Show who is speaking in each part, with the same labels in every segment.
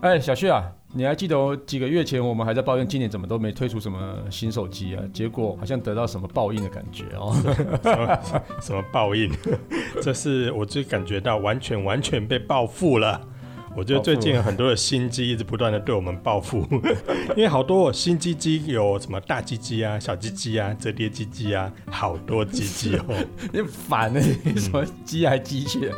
Speaker 1: 哎，小旭啊，你还记得我几个月前我们还在抱怨今年怎么都没推出什么新手机啊？结果好像得到什么报应的感觉 哦。
Speaker 2: 什么什么报应？ 这是我就感觉到完全完全被报复了。我觉得最近很多的新机一直不断的对我们报复， 因为好多新机机有什么大机机啊、小机机啊、折叠机机啊，好多机机 哦。
Speaker 1: 你很烦呢、你什么机还机械？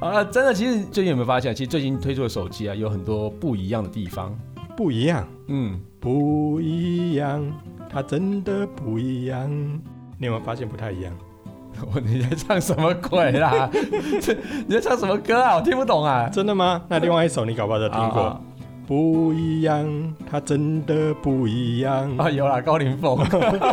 Speaker 1: 啊，真的，其实最近有没有发现，其实最近推出的手机啊，有很多不一样的地方。
Speaker 2: 不一样，
Speaker 1: 嗯，
Speaker 2: 不一样，它真的不一样。你有没有发现不太一样？
Speaker 1: 我你在唱什么鬼啦？ 这你在唱什么歌啊？我听不懂啊。
Speaker 2: 真的吗？那另外一首你搞不好就听过。
Speaker 1: 啊
Speaker 2: 不一样，它真的不一样。
Speaker 1: 啊，有啦，高凌风。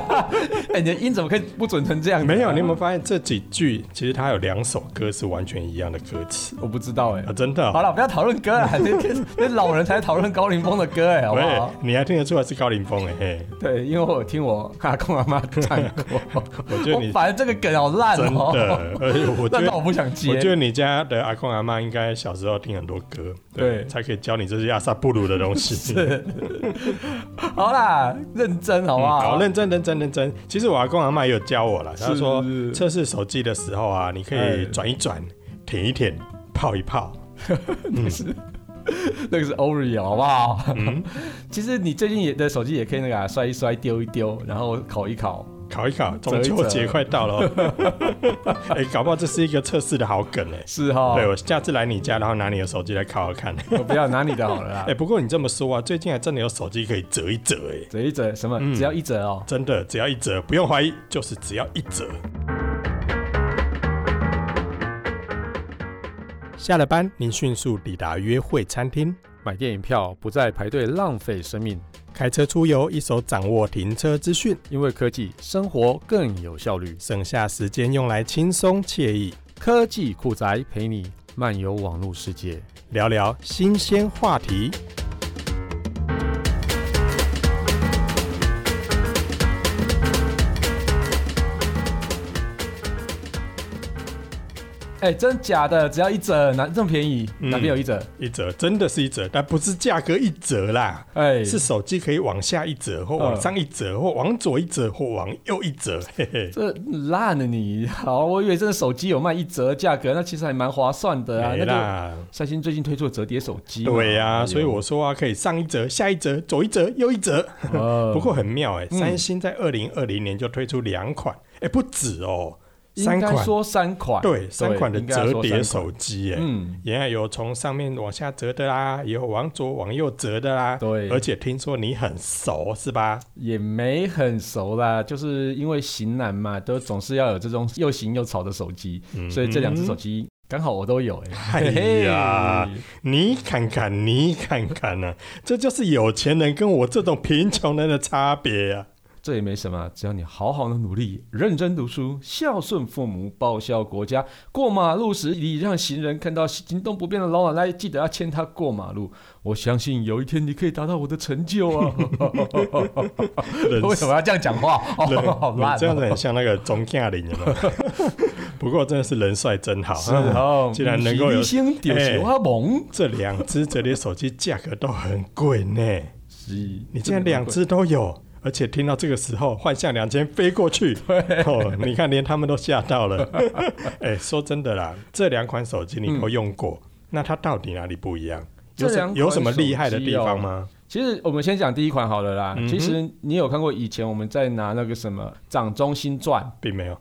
Speaker 1: 哎、你的音怎么可以不准成这样、啊
Speaker 2: 没有，你有没有？发现这几句其实它有两首歌是完全一样的歌词
Speaker 1: 我不知道哎、
Speaker 2: 啊？真的、
Speaker 1: 好
Speaker 2: 哦？
Speaker 1: 了，不要讨论歌了，那那老人才讨论高凌风的歌哎、好不好？
Speaker 2: 喂，你还听得出来是高凌风哎、 嘿
Speaker 1: 对，因为我有听我阿公阿妈唱过，
Speaker 2: 我觉得
Speaker 1: 我
Speaker 2: 你
Speaker 1: 反正这个梗好烂
Speaker 2: 真
Speaker 1: 哦、
Speaker 2: 的，而且我觉
Speaker 1: 但
Speaker 2: 得
Speaker 1: 那我不想接。
Speaker 2: 我觉得你家的阿公阿妈应该小时候听很多歌，
Speaker 1: 对
Speaker 2: 才可以教你这些阿萨布鲁的 东西。
Speaker 1: 好啦，认真好不
Speaker 2: 嗯
Speaker 1: 好？
Speaker 2: 好，认真认真认真。其实我阿公阿妈也有教我了，他
Speaker 1: 是
Speaker 2: 说
Speaker 1: 是
Speaker 2: 测试手机的时候啊，你可
Speaker 1: 哎
Speaker 2: 以转一转、舔一舔、泡一泡。
Speaker 1: 那个是 Oreo 好不好？
Speaker 2: 嗯
Speaker 1: 其实你最近也的手机也可以那个、啊、摔一摔、丢一丢，然后烤一烤。
Speaker 2: 烤一烤，
Speaker 1: 折
Speaker 2: 中
Speaker 1: 一
Speaker 2: 秋
Speaker 1: 折
Speaker 2: 节快到了 哦，哎、搞不好这是一个测试的好梗哎、
Speaker 1: 是哈、
Speaker 2: 对我下次来你家，然后拿你的手机来烤烤看。
Speaker 1: 我不要拿你的好了啦
Speaker 2: 哎、。不过你这么说啊，最近还真的有手机可以折一折哎、
Speaker 1: 折一折什么？只要一折哦。
Speaker 2: 真的只要一折，不用怀疑，就是只要一折。下了班，您迅速抵达约会餐厅，
Speaker 3: 买电影票不再排队浪费生命，
Speaker 2: 开车出游，一手掌握停车资讯，
Speaker 3: 因为科技生活更有效率。
Speaker 2: 省下时间用来轻松惬意，
Speaker 3: 科技酷宅陪你漫游网络世界。
Speaker 2: 聊聊新鲜话题。
Speaker 1: 哎、真假的？只要一折，哪这么便宜？
Speaker 2: 嗯
Speaker 1: 哪边有一折？
Speaker 2: 一折真的是一折，但不是价格一折啦，
Speaker 1: 哎、
Speaker 2: 是手机可以往下一折，
Speaker 1: 嗯
Speaker 2: 或往上一折，或往左一折，或往右一折。 嘿嘿，
Speaker 1: 这烂了你！好，我以为这个手机有卖一折的价格，那其实还蛮划算的啊。
Speaker 2: 没
Speaker 1: 那就
Speaker 2: 啦，
Speaker 1: 三星最近推出的折叠手机嘛。
Speaker 2: 对呀、
Speaker 1: 哎呦
Speaker 2: 所以我说啊，可以上一折、下一折、左一折、右一折。
Speaker 1: 呃
Speaker 2: 不过很妙哎、
Speaker 1: 嗯
Speaker 2: 三星在二零二零年就推出两款，哎、不止哦，三
Speaker 1: 应该
Speaker 2: 款，
Speaker 1: 说三款，
Speaker 2: 对，三款的
Speaker 1: 应该要说
Speaker 2: 折叠
Speaker 1: 三款
Speaker 2: 手机哎、
Speaker 1: 嗯，
Speaker 2: 原来有从上面往下折的啦，也有往左往右折的啦。
Speaker 1: 对
Speaker 2: 而且听说你很熟是吧？
Speaker 1: 也没很熟啦，就是因为型男嘛，都总是要有这种又型又潮的手机，
Speaker 2: 嗯
Speaker 1: 所以这两只手机刚好我都有哎、
Speaker 2: 哎呀，你看看，你看看呢、啊，这就是有钱人跟我这种贫穷人的差别 啊！
Speaker 1: 这也没什么，只要你好好的努力，认真读书，孝顺父母，报效国家，过马路时礼让行人，看到行动不便的老奶奶，记得要牵他过马路。我相信有一天你可以达到我的成就 啊！
Speaker 2: 人
Speaker 1: 为什么要这样讲话？哦
Speaker 2: 人
Speaker 1: 好烂、
Speaker 2: 你这样子很像那个钟嘉玲，有没有 不过真的是人帅真好，
Speaker 1: 是哦，
Speaker 2: 既然能够有
Speaker 1: 明星就是我萌，
Speaker 2: 这两只折叠手机价格都很贵呢。
Speaker 1: 是
Speaker 2: 你竟然两只都有，而且听到这个时候，幻象两千飞 过去，哦，你看连他们都吓到了。 哎、说真的啦，这两款手机你都用过，那它到底哪里不一样？有
Speaker 1: 嗯这
Speaker 2: 什
Speaker 1: 两款哦
Speaker 2: 有什么厉害的地方吗？
Speaker 1: 其实我们先讲第一款好了啦。
Speaker 2: 嗯哼
Speaker 1: 其实你有看过以前我们在拿那个什么《掌中心传》
Speaker 2: 并没有。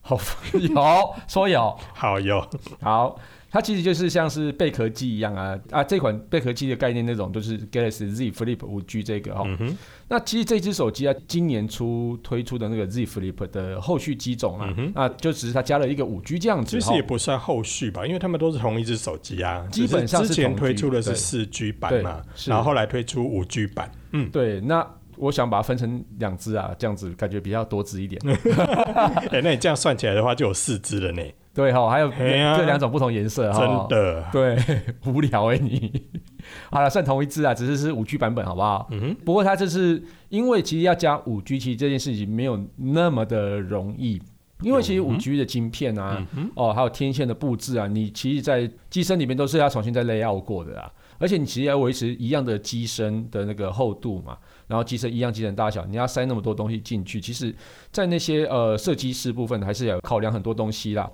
Speaker 1: 好， 有说有
Speaker 2: 好有，
Speaker 1: 好，它其实就是像是贝壳机一样啊啊，这款贝壳机的概念那种就是 Galaxy Z Flip 5G 这个哈、哦
Speaker 2: 嗯哼，
Speaker 1: 那其实这只手机啊，今年初推出的那个 Z Flip 的后续机种啊，
Speaker 2: 嗯
Speaker 1: 啊就只是它加了一个 5G 这样子哦
Speaker 2: 其
Speaker 1: 哈。
Speaker 2: 实也不算后续吧，因为他们都是同一只手机啊。
Speaker 1: 基本上
Speaker 2: 只
Speaker 1: 是
Speaker 2: 是之前
Speaker 1: 同
Speaker 2: 推出的是
Speaker 1: 对
Speaker 2: 四 G 版嘛
Speaker 1: 对，是
Speaker 2: 然后后来推出五 G 版。嗯，
Speaker 1: 对，那我想把它分成两只啊，这样子感觉比较多汁一点。
Speaker 2: 哎、那你这样算起来的话，就有四只了呢，
Speaker 1: 对哈、还有
Speaker 2: 嘿啊
Speaker 1: 这两种不同颜色哈、哦
Speaker 2: 真的。哎
Speaker 1: 对， 无聊哎、你。 好了，算同一支啊，只是是五 G 版本，好不好？
Speaker 2: 嗯哼，
Speaker 1: 不过它这是因为其实要加五 G，其实这件事情没有那么的容易。因为其实五 G 的晶片啊，
Speaker 2: 嗯哼，
Speaker 1: 哦，还有天线的布置啊，你其实，在机身里面都是要重新再 layout 过的啊。而且你其实要维持一样的机身的那个厚度嘛，然后机身一样机身大小，你要塞那么多东西进去，其实，在那些呃设计师部分还是要考量很多东西啦。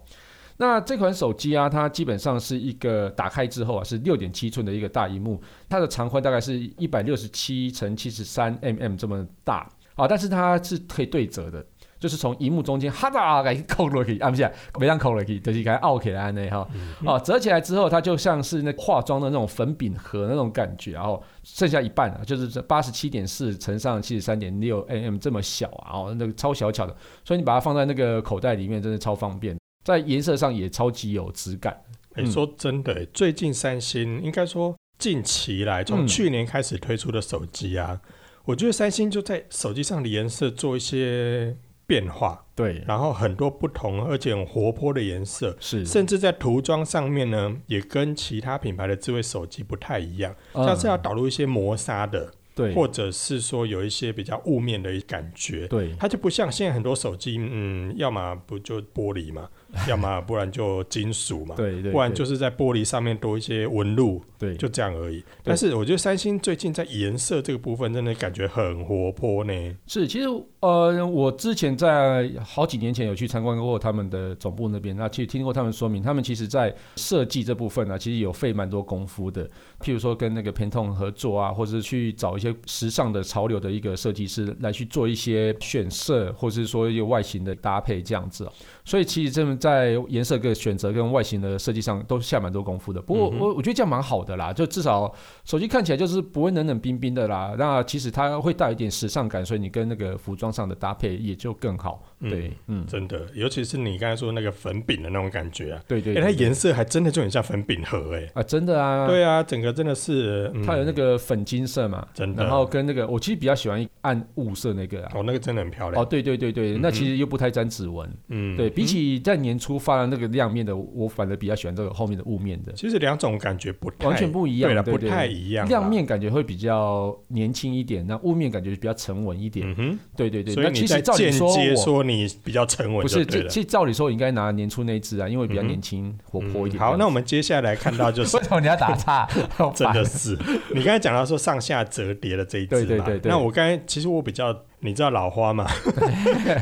Speaker 1: 那这款手机啊，它基本上是一个打开之后啊，是六点七寸的一个大荧幕，它的长宽大概是一百六十七乘七十三 mm 这么大啊，但是它是可以对折的，就是从荧幕中间哈哒给扣落去，啊不是，没让扣落去，就是给它凹起来那样哈，哦、折起来之后，它就像是那化妆的那种粉饼盒那种感觉，然后剩下一半啊，就是八十七点四乘上七十三点六 mm 这么小啊，哦那个超小巧的，所以你把它放在那个口袋里面，真的超方便。在颜色上也超级有质感，
Speaker 2: 哎、
Speaker 1: 嗯
Speaker 2: 说真的、最近三星应该说近期来，从
Speaker 1: 嗯
Speaker 2: 去年开始推出的手机啊，我觉得三星就在手机上的颜色做一些变化，
Speaker 1: 对，
Speaker 2: 然后很多不同而且很活泼的颜色。
Speaker 1: 是，
Speaker 2: 甚至在涂装上面呢，也跟其他品牌的智慧手机不太一样，
Speaker 1: 嗯
Speaker 2: 像是要导入一些磨砂的，
Speaker 1: 对
Speaker 2: 或者是说有一些比较雾面的感觉。
Speaker 1: 对
Speaker 2: 它就不像现在很多手机，嗯，要么不就玻 璃嘛，要么不然就金属嘛，
Speaker 1: 对对，
Speaker 2: 不然
Speaker 1: 对
Speaker 2: 就是在玻璃上面多一些纹路，
Speaker 1: 对，
Speaker 2: 就这样而已。但是我觉得三星最近在颜色这个部分真的感觉很活泼呢。
Speaker 1: 是，其实呃，我之前在好几年前有去参观过他们的总部那边，那去听过他们说明，他们其实在设计这部分呢、其实有费蛮多功夫的。譬如说跟那个 Pantone 合作啊，或者是去找一些时尚的潮流的一个设计师来去做一些选色，或是说一个外形的搭配这样子、哦。所以其实这么在颜色跟选择跟外形的设计上都下蛮多功夫的。不过
Speaker 2: 嗯哼
Speaker 1: 我我觉得这样蛮好的啦，就至少手机看起来就是不会冷冷冰冰的啦。那其实它会带一点时尚感，所以你跟那个服装上的搭配也就更好。
Speaker 2: 嗯
Speaker 1: 对，嗯，
Speaker 2: 真的，尤其是你刚才说那个粉饼的那种感觉啊，
Speaker 1: 对对
Speaker 2: 哎、
Speaker 1: 对
Speaker 2: 它颜色还真的就很像粉饼盒哎、
Speaker 1: 啊，真的啊，，
Speaker 2: 对啊，整个真的是，嗯、
Speaker 1: 它有那个粉金色嘛，
Speaker 2: 真的，
Speaker 1: 然后跟那个我其实比较喜欢暗雾色那个啊。
Speaker 2: 哦，那个真的很漂亮。
Speaker 1: 哦，对对对对，那其实又不太沾指纹。
Speaker 2: 嗯，
Speaker 1: 对比起在年初发的那个亮面的，我反而比较喜欢这个后面的雾面的，
Speaker 2: 其实两种感觉不太
Speaker 1: 完全不一样。
Speaker 2: 对了，
Speaker 1: 对
Speaker 2: 不太
Speaker 1: 对，
Speaker 2: 一样啦。
Speaker 1: 亮面感觉会比较年轻一点，那雾面感觉比较沉稳一点。
Speaker 2: 嗯哼，
Speaker 1: 对对对，
Speaker 2: 所以
Speaker 1: 那
Speaker 2: 你
Speaker 1: 其
Speaker 2: 在
Speaker 1: 实照理
Speaker 2: 间接
Speaker 1: 我
Speaker 2: 说你比较沉稳
Speaker 1: 不，
Speaker 2: 就是对
Speaker 1: 这
Speaker 2: 了。嗯
Speaker 1: 这照理说我应该拿年初那一只啊，因为比较年轻、活泼一点。
Speaker 2: 好，那我
Speaker 1: 们
Speaker 2: 们接下来看到就 是
Speaker 1: 为。什么你要打岔？好
Speaker 2: 真
Speaker 1: 烦
Speaker 2: 的是，你刚才讲到说上下折叠的这一只嘛，
Speaker 1: 对对对对
Speaker 2: 那我刚才其实我比较，你知道老花 嘛，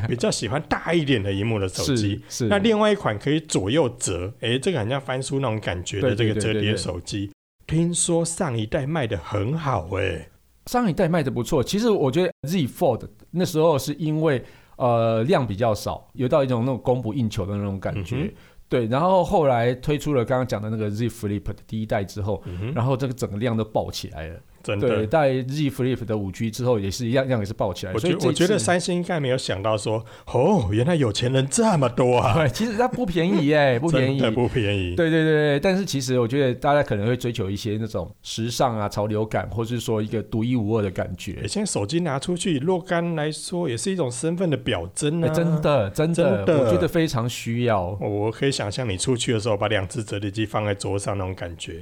Speaker 2: 比较喜欢大一点的荧幕的手机
Speaker 1: 是。是
Speaker 2: 那另外一款可以左右折，诶，这个很像翻书那种感觉的
Speaker 1: 对
Speaker 2: 这
Speaker 1: 对
Speaker 2: 个
Speaker 1: 对
Speaker 2: 折
Speaker 1: 对
Speaker 2: 叠
Speaker 1: 对
Speaker 2: 手机，听说上一代卖的很好诶。
Speaker 1: 上一代卖的不错，其实我觉得 Z Fold 那时候是因为呃量比较少，有到一种那种供不应求的那种感觉。
Speaker 2: 嗯哼
Speaker 1: 对，然后后来推出了刚刚讲的那个 Z Flip 的第一代之后，
Speaker 2: 嗯哼，
Speaker 1: 然后这个整个量都爆起来了。
Speaker 2: 真的
Speaker 1: 对，，在 Z Flip 的五 G 之后也是一样，量也是爆起来。
Speaker 2: 我
Speaker 1: 所
Speaker 2: 觉
Speaker 1: 以
Speaker 2: 得我
Speaker 1: 这
Speaker 2: 觉
Speaker 1: 一
Speaker 2: 得
Speaker 1: 次
Speaker 2: 三星应该没有想到说，哦，原来有钱人这么多 啊，
Speaker 1: 对，其实它不便 宜哎、 不便宜，
Speaker 2: 真的不便宜。
Speaker 1: 对对对对，但是其实我觉得大家可能会追求一些那种时尚啊、潮流感，或是说一个独一无二的感觉
Speaker 2: 诶，。现在手机拿出去，若干来说也是一种身份的表征
Speaker 1: 哎
Speaker 2: 啊，
Speaker 1: 真。的，真的，
Speaker 2: 真的
Speaker 1: 我觉得非常需要。
Speaker 2: 我可以想象你出去的时候，把两只折叠机放在桌上那种感觉，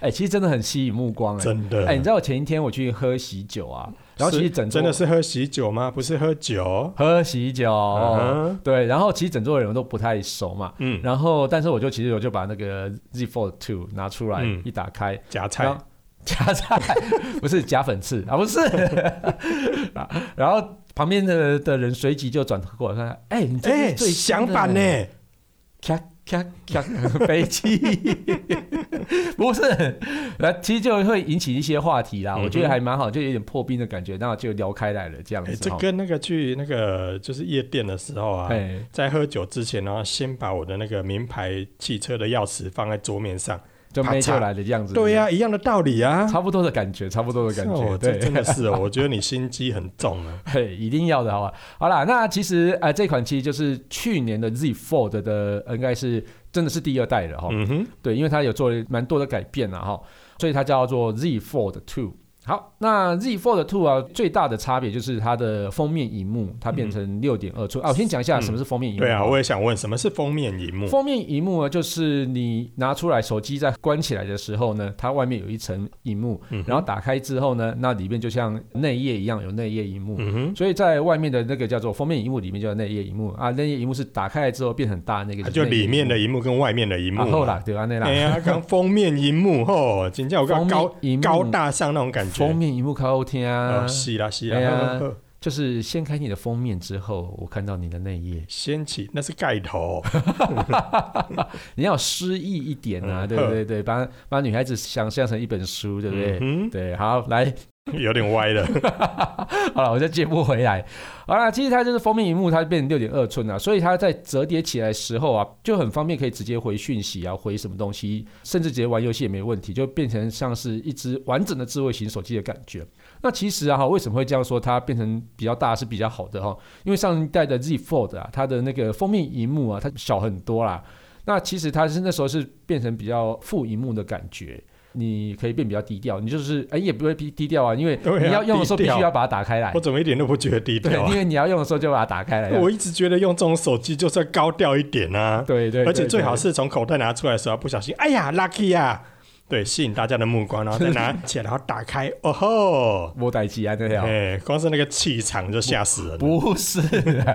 Speaker 1: 哎、其实真的很吸引目光哎、
Speaker 2: 真的。
Speaker 1: 哎、你知道我前一天我去喝喜酒啊，然后其实整桌
Speaker 2: 真的是喝喜酒吗？不是喝酒。
Speaker 1: 喝喜酒，
Speaker 2: 嗯哼
Speaker 1: 对，然后其实整座的人都不太熟嘛，
Speaker 2: 嗯，
Speaker 1: 然后但是我就其实我就把那个 Z Fold Two 拿出来、
Speaker 2: 嗯
Speaker 1: 一打开，
Speaker 2: 夹
Speaker 1: 然
Speaker 2: 菜
Speaker 1: 后。夹菜 不是夹粉刺啊，不是。 啊然后旁边的的人随即就转头过来看，哎、你这
Speaker 2: 哎、
Speaker 1: 是最新的
Speaker 2: 想法呢？？
Speaker 1: 咔咔咔， 飞机不是，那其实就会引起一些话题啦。
Speaker 2: 嗯哼
Speaker 1: 我觉得还蛮好，就有点破冰的感觉，那就聊开来了这样
Speaker 2: 哎、
Speaker 1: 子
Speaker 2: 这
Speaker 1: 哈。
Speaker 2: 跟那个去那个就是夜店的时候啊，
Speaker 1: 哎，
Speaker 2: 在喝酒之前，然后先把我的那个名牌汽车的钥匙放在桌面上。
Speaker 1: 就
Speaker 2: 啪
Speaker 1: 没就
Speaker 2: 嚓
Speaker 1: 来的这样子。
Speaker 2: 对呀、一样的道理啊。
Speaker 1: 差不多的感觉，差不多的感
Speaker 2: 是
Speaker 1: 觉，
Speaker 2: 哦这
Speaker 1: 对。
Speaker 2: 真的是哦，我觉得你心机很重啊。
Speaker 1: 嘿，一定要的，好吧？好啦，那其实呃，这款其实就是去年的 Z Fold 的，呃应该是真的是第二代了哈。
Speaker 2: 嗯哼，
Speaker 1: 啊对，因为它有做了蛮多的改变了哈，所以它叫做 Z Fold Two。好，那 Z Fold Two 啊，最大的差别就是它的封面荧幕，它变成六点二寸啊。我先讲一下
Speaker 2: 嗯
Speaker 1: 什么是封面荧幕。
Speaker 2: 对啊，我也想问，什么是封面荧幕？
Speaker 1: 封面荧幕呢，啊就是你拿出来手机在关起来的时候呢，它外面有一层荧幕，
Speaker 2: 嗯
Speaker 1: 然后打开之后呢，那里面就像内页一样有内页荧幕。
Speaker 2: 嗯哼，
Speaker 1: 所以在外面的那个叫做封面荧幕，里面叫内页荧幕啊，内页荧幕是打开来之后变很大那个内页
Speaker 2: 啊
Speaker 1: 荧幕，
Speaker 2: 就里面的荧幕跟外面的荧幕
Speaker 1: 啊后
Speaker 2: 嘛。
Speaker 1: 啦，对吧？那啦
Speaker 2: 哎，呀，刚封面荧幕吼，真叫我
Speaker 1: 封面
Speaker 2: 讲高
Speaker 1: 荧幕
Speaker 2: 高大上那种感觉
Speaker 1: 封。面荧幕靠天啊
Speaker 2: 哦，，是啦是
Speaker 1: 哎呀
Speaker 2: 啦，呵呵呵
Speaker 1: 就是掀开你的封面之后，我看到你的内页，
Speaker 2: 掀起那是盖头，
Speaker 1: 你要有诗意一点啊，
Speaker 2: 嗯
Speaker 1: 对不对对，把把女孩子想象成一本书，对不对？
Speaker 2: 嗯
Speaker 1: 对，好，来，
Speaker 2: 哼， 有点歪了。
Speaker 1: 好了，我再接不回来。好了，其实它就是封面荧幕，它变成六点二寸啊了，所以它在折叠起来的时候啊，就很方便，可以直接回讯息啊，回什么东西，甚至直接玩游戏也没问题，就变成像是一只完整的智慧型手机的感觉。那其实啊，哈为什么会这样说？它变成比较大是比较好的哈，因为上一代的 Z Fold 啊，它的那个封面荧幕啊，它小很多啦。那其实它是那时候是变成比较副荧幕的感觉，你可以变比较低调，你就是哎、也不会低低调啊，因为
Speaker 2: 对啊
Speaker 1: 你要用的时候必
Speaker 2: 低调
Speaker 1: 须要把它打开来
Speaker 2: 我。怎么一点都不觉得 低
Speaker 1: 对
Speaker 2: 调，啊
Speaker 1: 因？为你啊要用的时候就把它打开来。
Speaker 2: 我一直觉得用这种手机就是要高调一点啊，
Speaker 1: 对对，
Speaker 2: 而且
Speaker 1: 对
Speaker 2: 最好
Speaker 1: 对
Speaker 2: 是从口袋拿出来的时候不小心，哎呀，lucky 呀、对，吸引大家的目光，然后再拿起来，然后打开，哦吼，
Speaker 1: 摸代机啊，对啊。
Speaker 2: 哎，光是那个气场就吓死人了。
Speaker 1: 不是 啊，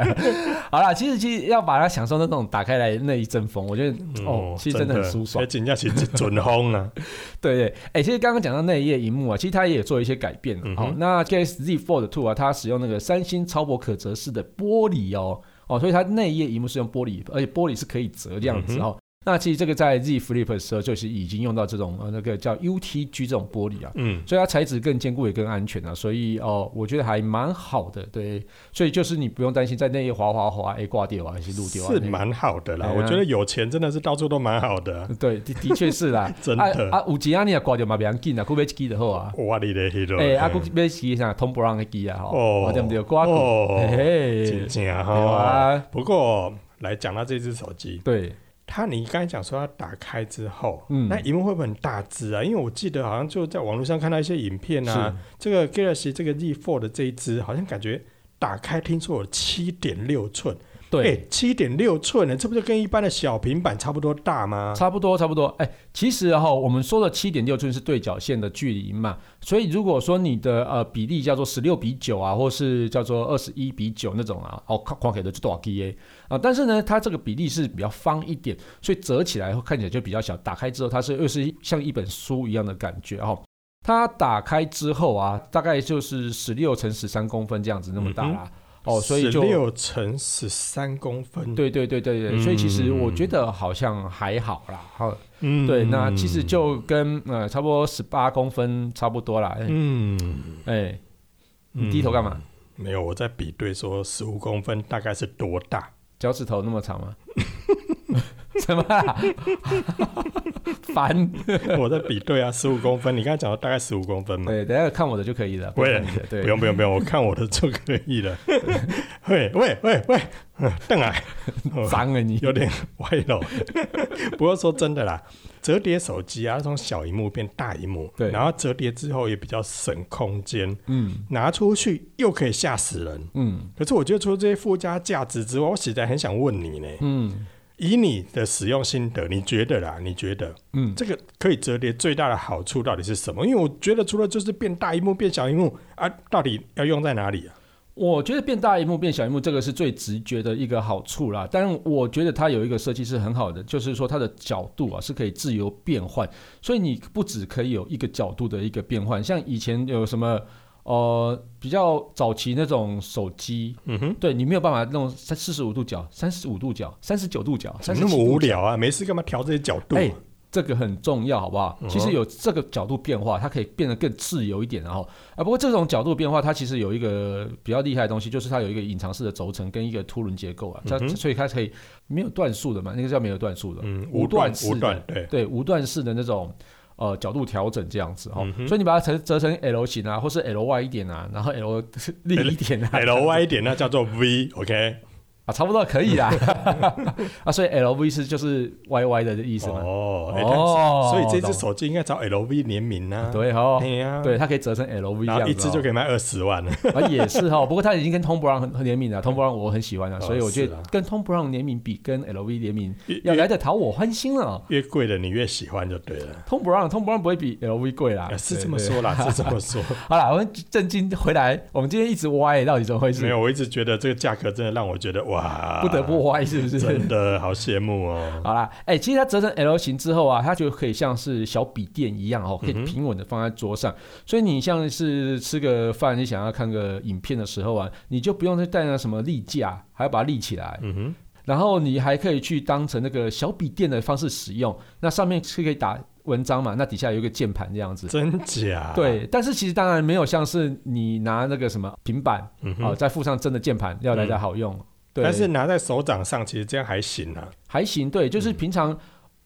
Speaker 1: 好啦，其实其实要把它享受那种打开来那一阵风，我觉得
Speaker 2: 嗯
Speaker 1: 哦，其实真的很舒爽
Speaker 2: 而。且人家其实准 轰啊，
Speaker 1: 对对，哎，其实刚刚讲到内页荧幕啊，其实它也有做一些改变
Speaker 2: 嗯
Speaker 1: 好、
Speaker 2: 哼
Speaker 1: 哦，那 Galaxy Z Fold Two 啊，它使用那个三星超薄可折式的玻璃哦，哦，所以它内页荧幕是用玻璃，而且玻璃是可以折这样子
Speaker 2: 嗯哼
Speaker 1: 哦。那其实这个在 Z Flip 的时候，就是已经用到这种呃那个叫 UTG 这种玻璃啊，
Speaker 2: 嗯，
Speaker 1: 所以它材质更坚固也更安全啊，所以哦，我觉得还蛮好的，对，所以就是你不用担心在内页滑滑滑，哎挂掉啊，还是路掉啊，
Speaker 2: 是
Speaker 1: 那个？
Speaker 2: 蛮好的啦。
Speaker 1: 哎呀
Speaker 2: 我觉得有钱真的是到处都蛮好的。
Speaker 1: 对，的的确是
Speaker 2: ，
Speaker 1: 啦
Speaker 2: 真的
Speaker 1: 啊啊，有钱啊，你也挂掉嘛，别要紧啊，过买一支就好啊。
Speaker 2: 哇你的 hero，
Speaker 1: 哎，啊，过买一支像 Tom Brown 的机啊，
Speaker 2: 哦
Speaker 1: 吼，啊对不对？挂过，嘿
Speaker 2: 哦，
Speaker 1: 嘿
Speaker 2: 真，哦正
Speaker 1: 对
Speaker 2: 哈。
Speaker 1: 啊，
Speaker 2: 不过来讲到这只手机，
Speaker 1: 对，
Speaker 2: 它，你刚才讲说它打开之后，
Speaker 1: 嗯
Speaker 2: 那荧幕会不会很大只啊？因为我记得好像就在网络上看到一些影片啊，这个 Galaxy 这个 Z Fold 的这一只，好像感觉打开听说有七点六寸，
Speaker 1: 对，，
Speaker 2: 七点六寸呢，这不就跟一般的小平板差不多大吗？
Speaker 1: 差不多，差不多。哎，其实哈、我们说的七点六寸是对角线的距离嘛，所以如果说你的呃比例叫做十六比九啊，或是叫做二十一比九那种啊，哦，框框给的就多少 G A 啊，但是呢，它这个比例是比较方一点，所以折起来会看起来就比较小。打开之后，它是又是像一本书一样的感觉哦。它打开之后啊，大概就是十六乘十三公分这样子那么大啦。哦，所以就
Speaker 2: 六乘十三公分，，
Speaker 1: 对对对对对，所以其实我觉得好像还好啦，好。
Speaker 2: 嗯
Speaker 1: 对，那其实就跟呃差不多十八公分差不多啦。哎、
Speaker 2: 嗯，
Speaker 1: 哎你低头干嘛？
Speaker 2: 没有，我在比对说十五公分大概是多大？
Speaker 1: 脚趾头那么长 吗？什么啦？ 烦！
Speaker 2: 我在比对啊，十五公分，你刚才讲到大概十五公分嘛？
Speaker 1: 对，等一下看我的就可以了，不
Speaker 2: 喂
Speaker 1: 看你的。对，
Speaker 2: 不用不用不用，我看我的就可 以了。喂喂喂喂，呃邓啊，哦
Speaker 1: 脏了你。
Speaker 2: 有点歪了。不过说真的啦，折叠手机啊，从小荧幕变大荧幕，
Speaker 1: 对
Speaker 2: 然后折叠之后也比较省空间，
Speaker 1: 嗯
Speaker 2: 拿出去又可以吓死人。
Speaker 1: 嗯
Speaker 2: 可是我觉得除了这些附加价值之外，我实在很想问你呢，
Speaker 1: 嗯
Speaker 2: 以你的使用心得，你觉得啦？你觉得
Speaker 1: 嗯，
Speaker 2: 这个可以折叠最大的好处到底是什么？因为我觉得除了就是变大荧幕、变小荧幕啊，到底要用在哪里啊？
Speaker 1: 我觉得变大荧幕变小荧幕这个是最直觉的一个好处啦。但我觉得它有一个设计是很好的，就是说它的角度啊是可以自由变换，所以你不只可以有一个角度的一个变换，像以前有什么。呃，比较早期那种手机，
Speaker 2: 嗯哼。
Speaker 1: 对你没有办法弄三四十五度角、三十五度角、三十九度角、
Speaker 2: 怎
Speaker 1: 三
Speaker 2: 么
Speaker 1: 十
Speaker 2: 那么无聊啊？没事干嘛调这些角度啊？
Speaker 1: 哎、这个很重要，好不
Speaker 2: 嗯
Speaker 1: 好？其实有这个角度变化，它可以变得更自由一点，然后啊，不过这种角度变化，它其实有一个比较厉害的东西，就是它有一个隐藏式的轴承跟一个凸轮结构啊，它、
Speaker 2: 嗯哼
Speaker 1: 所以它可以没有段数的嘛，那个叫没有段数的，
Speaker 2: 嗯，
Speaker 1: 无
Speaker 2: 无段
Speaker 1: 段式
Speaker 2: 无段
Speaker 1: 的，
Speaker 2: 对，
Speaker 1: 对，无段式的那种。呃，角度调整这样子哦，
Speaker 2: 嗯哼
Speaker 1: 所以你把它折折成 L 型啊，或是 L Y 一点啊，然后 L 立一点啊
Speaker 2: L Y 一点那叫做 V，OK，、
Speaker 1: 啊，差不多可以啦。 啊，所以 LV 是就是 YY 的意思嘛。
Speaker 2: 哦，哎、
Speaker 1: 哦
Speaker 2: 它所以这
Speaker 1: 懂
Speaker 2: 只手机应该找 LV 联名啊。
Speaker 1: 对哦，
Speaker 2: 对呀、啊，
Speaker 1: 对，它可以折成 LV 这
Speaker 2: 然
Speaker 1: 样子、
Speaker 2: 后一
Speaker 1: 哦，
Speaker 2: 只就可以卖二 十万了。
Speaker 1: 啊，也是哈、不过他已经跟 Tom Brown 很很联名了，Tom Brown 我很喜欢啊，
Speaker 2: 哦
Speaker 1: 所以我觉
Speaker 2: 是
Speaker 1: 得
Speaker 2: 啊
Speaker 1: 跟 Tom Brown 联名比跟 LV 联 名
Speaker 2: 越
Speaker 1: 要来的讨我欢心了哦。
Speaker 2: 越贵的你越喜欢就对了，
Speaker 1: Tom Brown，Tom Brown 不会比 LV 贵啦
Speaker 2: 啊、，是
Speaker 1: 对
Speaker 2: 这么。
Speaker 1: 对
Speaker 2: 说啦，是这么说。
Speaker 1: 好啦，我们正经回来，我们今天一直歪，到底怎么回
Speaker 2: 没
Speaker 1: 事？
Speaker 2: 有，我一直觉得这个价格真的让我觉得哇，
Speaker 1: 不得不歪是不是
Speaker 2: 真？的好羡慕 哦。
Speaker 1: 好啦，哎、其实它折成 L 型之后啊，它就可以像是小笔电一样哦，
Speaker 2: 嗯
Speaker 1: 可以平稳的放在桌上。所以你像是吃个饭，你想要看个影片的时候啊，你就不用再带那什么立架，还要把它立起来。
Speaker 2: 嗯哼，
Speaker 1: 然后你还可以去当成那个小笔电的方式使用，那上面是可以打文章嘛，那底下有一个键盘这样子。
Speaker 2: 真假？，
Speaker 1: 对，但是其实当然没有像是你拿那个什么平板
Speaker 2: 嗯
Speaker 1: 哦，
Speaker 2: 哼。
Speaker 1: 再附上真的键盘要来的好用。对，
Speaker 2: 但是拿在手掌上，其实这样还行啊。
Speaker 1: 还行，对，就是
Speaker 2: 嗯
Speaker 1: 平常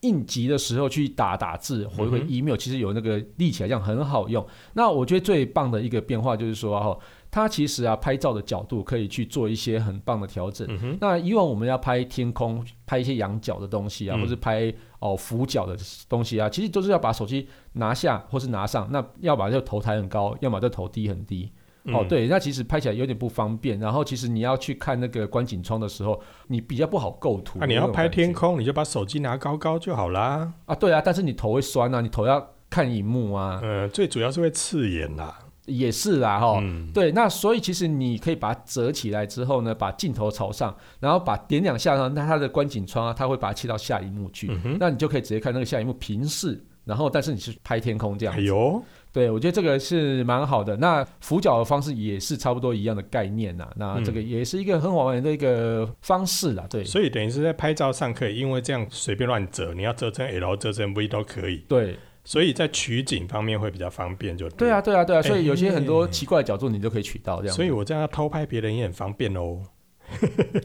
Speaker 1: 应急的时候去打打字、回回
Speaker 2: 嗯哼
Speaker 1: email，其实有那个立起来这样很好用。那我觉得最棒的一个变化就是说哈、它其实啊拍照的角度可以去做一些很棒的调整。
Speaker 2: 嗯哼，
Speaker 1: 那以往我们要拍天空、拍一些仰角的东西啊，
Speaker 2: 嗯
Speaker 1: 或是拍哦俯角的东西啊，其实都是要把手机拿下或是拿上，那要么就头抬很高，要么就头低很低。哦，
Speaker 2: 嗯，
Speaker 1: 对，那其实拍起来有点不方便。然后其实你要去看那个观景窗的时候，你比较不好构图。
Speaker 2: 那、啊你要拍天空，你就把手机拿高高就好啦。
Speaker 1: 啊？对啊，但是你头会酸啊，你头要看荧幕啊，
Speaker 2: 嗯，最主要是会刺眼啦。
Speaker 1: 也是啦哈。
Speaker 2: 嗯，
Speaker 1: 对，那所以其实你可以把它折起来之后呢，把镜头朝上，然后把点两下呢，那它的观景窗啊，它会把它切到下一幕去，
Speaker 2: 嗯哼
Speaker 1: 那你就可以直接看那个下一幕平视，然后但是你是拍天空这样
Speaker 2: 哎
Speaker 1: 子。
Speaker 2: 呦，
Speaker 1: 对，我觉得这个是蛮好的。那俯角的方式也是差不多一样的概念呐、那这个也是一个很好玩的一个方式啦。对，
Speaker 2: 嗯所以等于是在拍照上可以，因为这样随便乱折，你要折成 L、折成 V 都可以，
Speaker 1: 对，
Speaker 2: 所以在取景方面会比较方便就
Speaker 1: 对啊，啊
Speaker 2: 了。
Speaker 1: 对啊，对啊。
Speaker 2: 哎
Speaker 1: 所以有些很多奇怪的角度你都可以取到这样子。
Speaker 2: 所以我这样偷拍别人也很方便哦，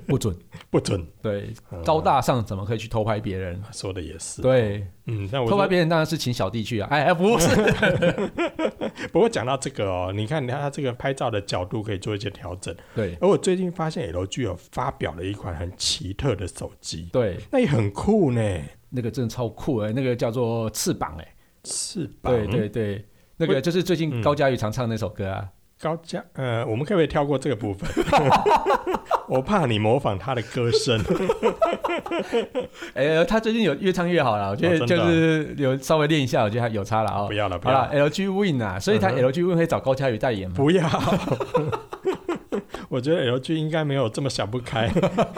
Speaker 1: 不 准，
Speaker 2: 不准。
Speaker 1: 对，
Speaker 2: 嗯
Speaker 1: 高大上怎么可以去偷拍别人？
Speaker 2: 说的也是，
Speaker 1: 对，
Speaker 2: 嗯，那我
Speaker 1: 偷拍
Speaker 2: 说
Speaker 1: 别人当然是请小弟去啊。哎，哎不是，
Speaker 2: 不过讲到这个哦，你看它这个拍照的角度可以做一些调整。
Speaker 1: 对
Speaker 2: 而我最近发现 LG 有发表了一款很奇特的手机，
Speaker 1: 对，
Speaker 2: 那也很酷呢，
Speaker 1: 那个真的超酷哎、那个叫做翅膀哎、
Speaker 2: 翅膀。嗯
Speaker 1: 对对对，那个就是最近高佳宇常唱那首歌啊。
Speaker 2: 高价，呃，我们可不可以跳过这个 部分？ 我怕你模仿他的 歌声。
Speaker 1: 哎、他最近有越唱越好了，我觉得
Speaker 2: 哦
Speaker 1: 就
Speaker 2: 真的啊
Speaker 1: 是有稍微练一下，我觉得还有差了哦
Speaker 2: 不。要了，不
Speaker 1: 好
Speaker 2: 要
Speaker 1: 了
Speaker 2: 了，
Speaker 1: ，LG Win 啊，所以他
Speaker 2: 嗯
Speaker 1: LG Win 会找高佳宇代言嘛？
Speaker 2: 不要。 我觉得 LG 应该没有这么想不开，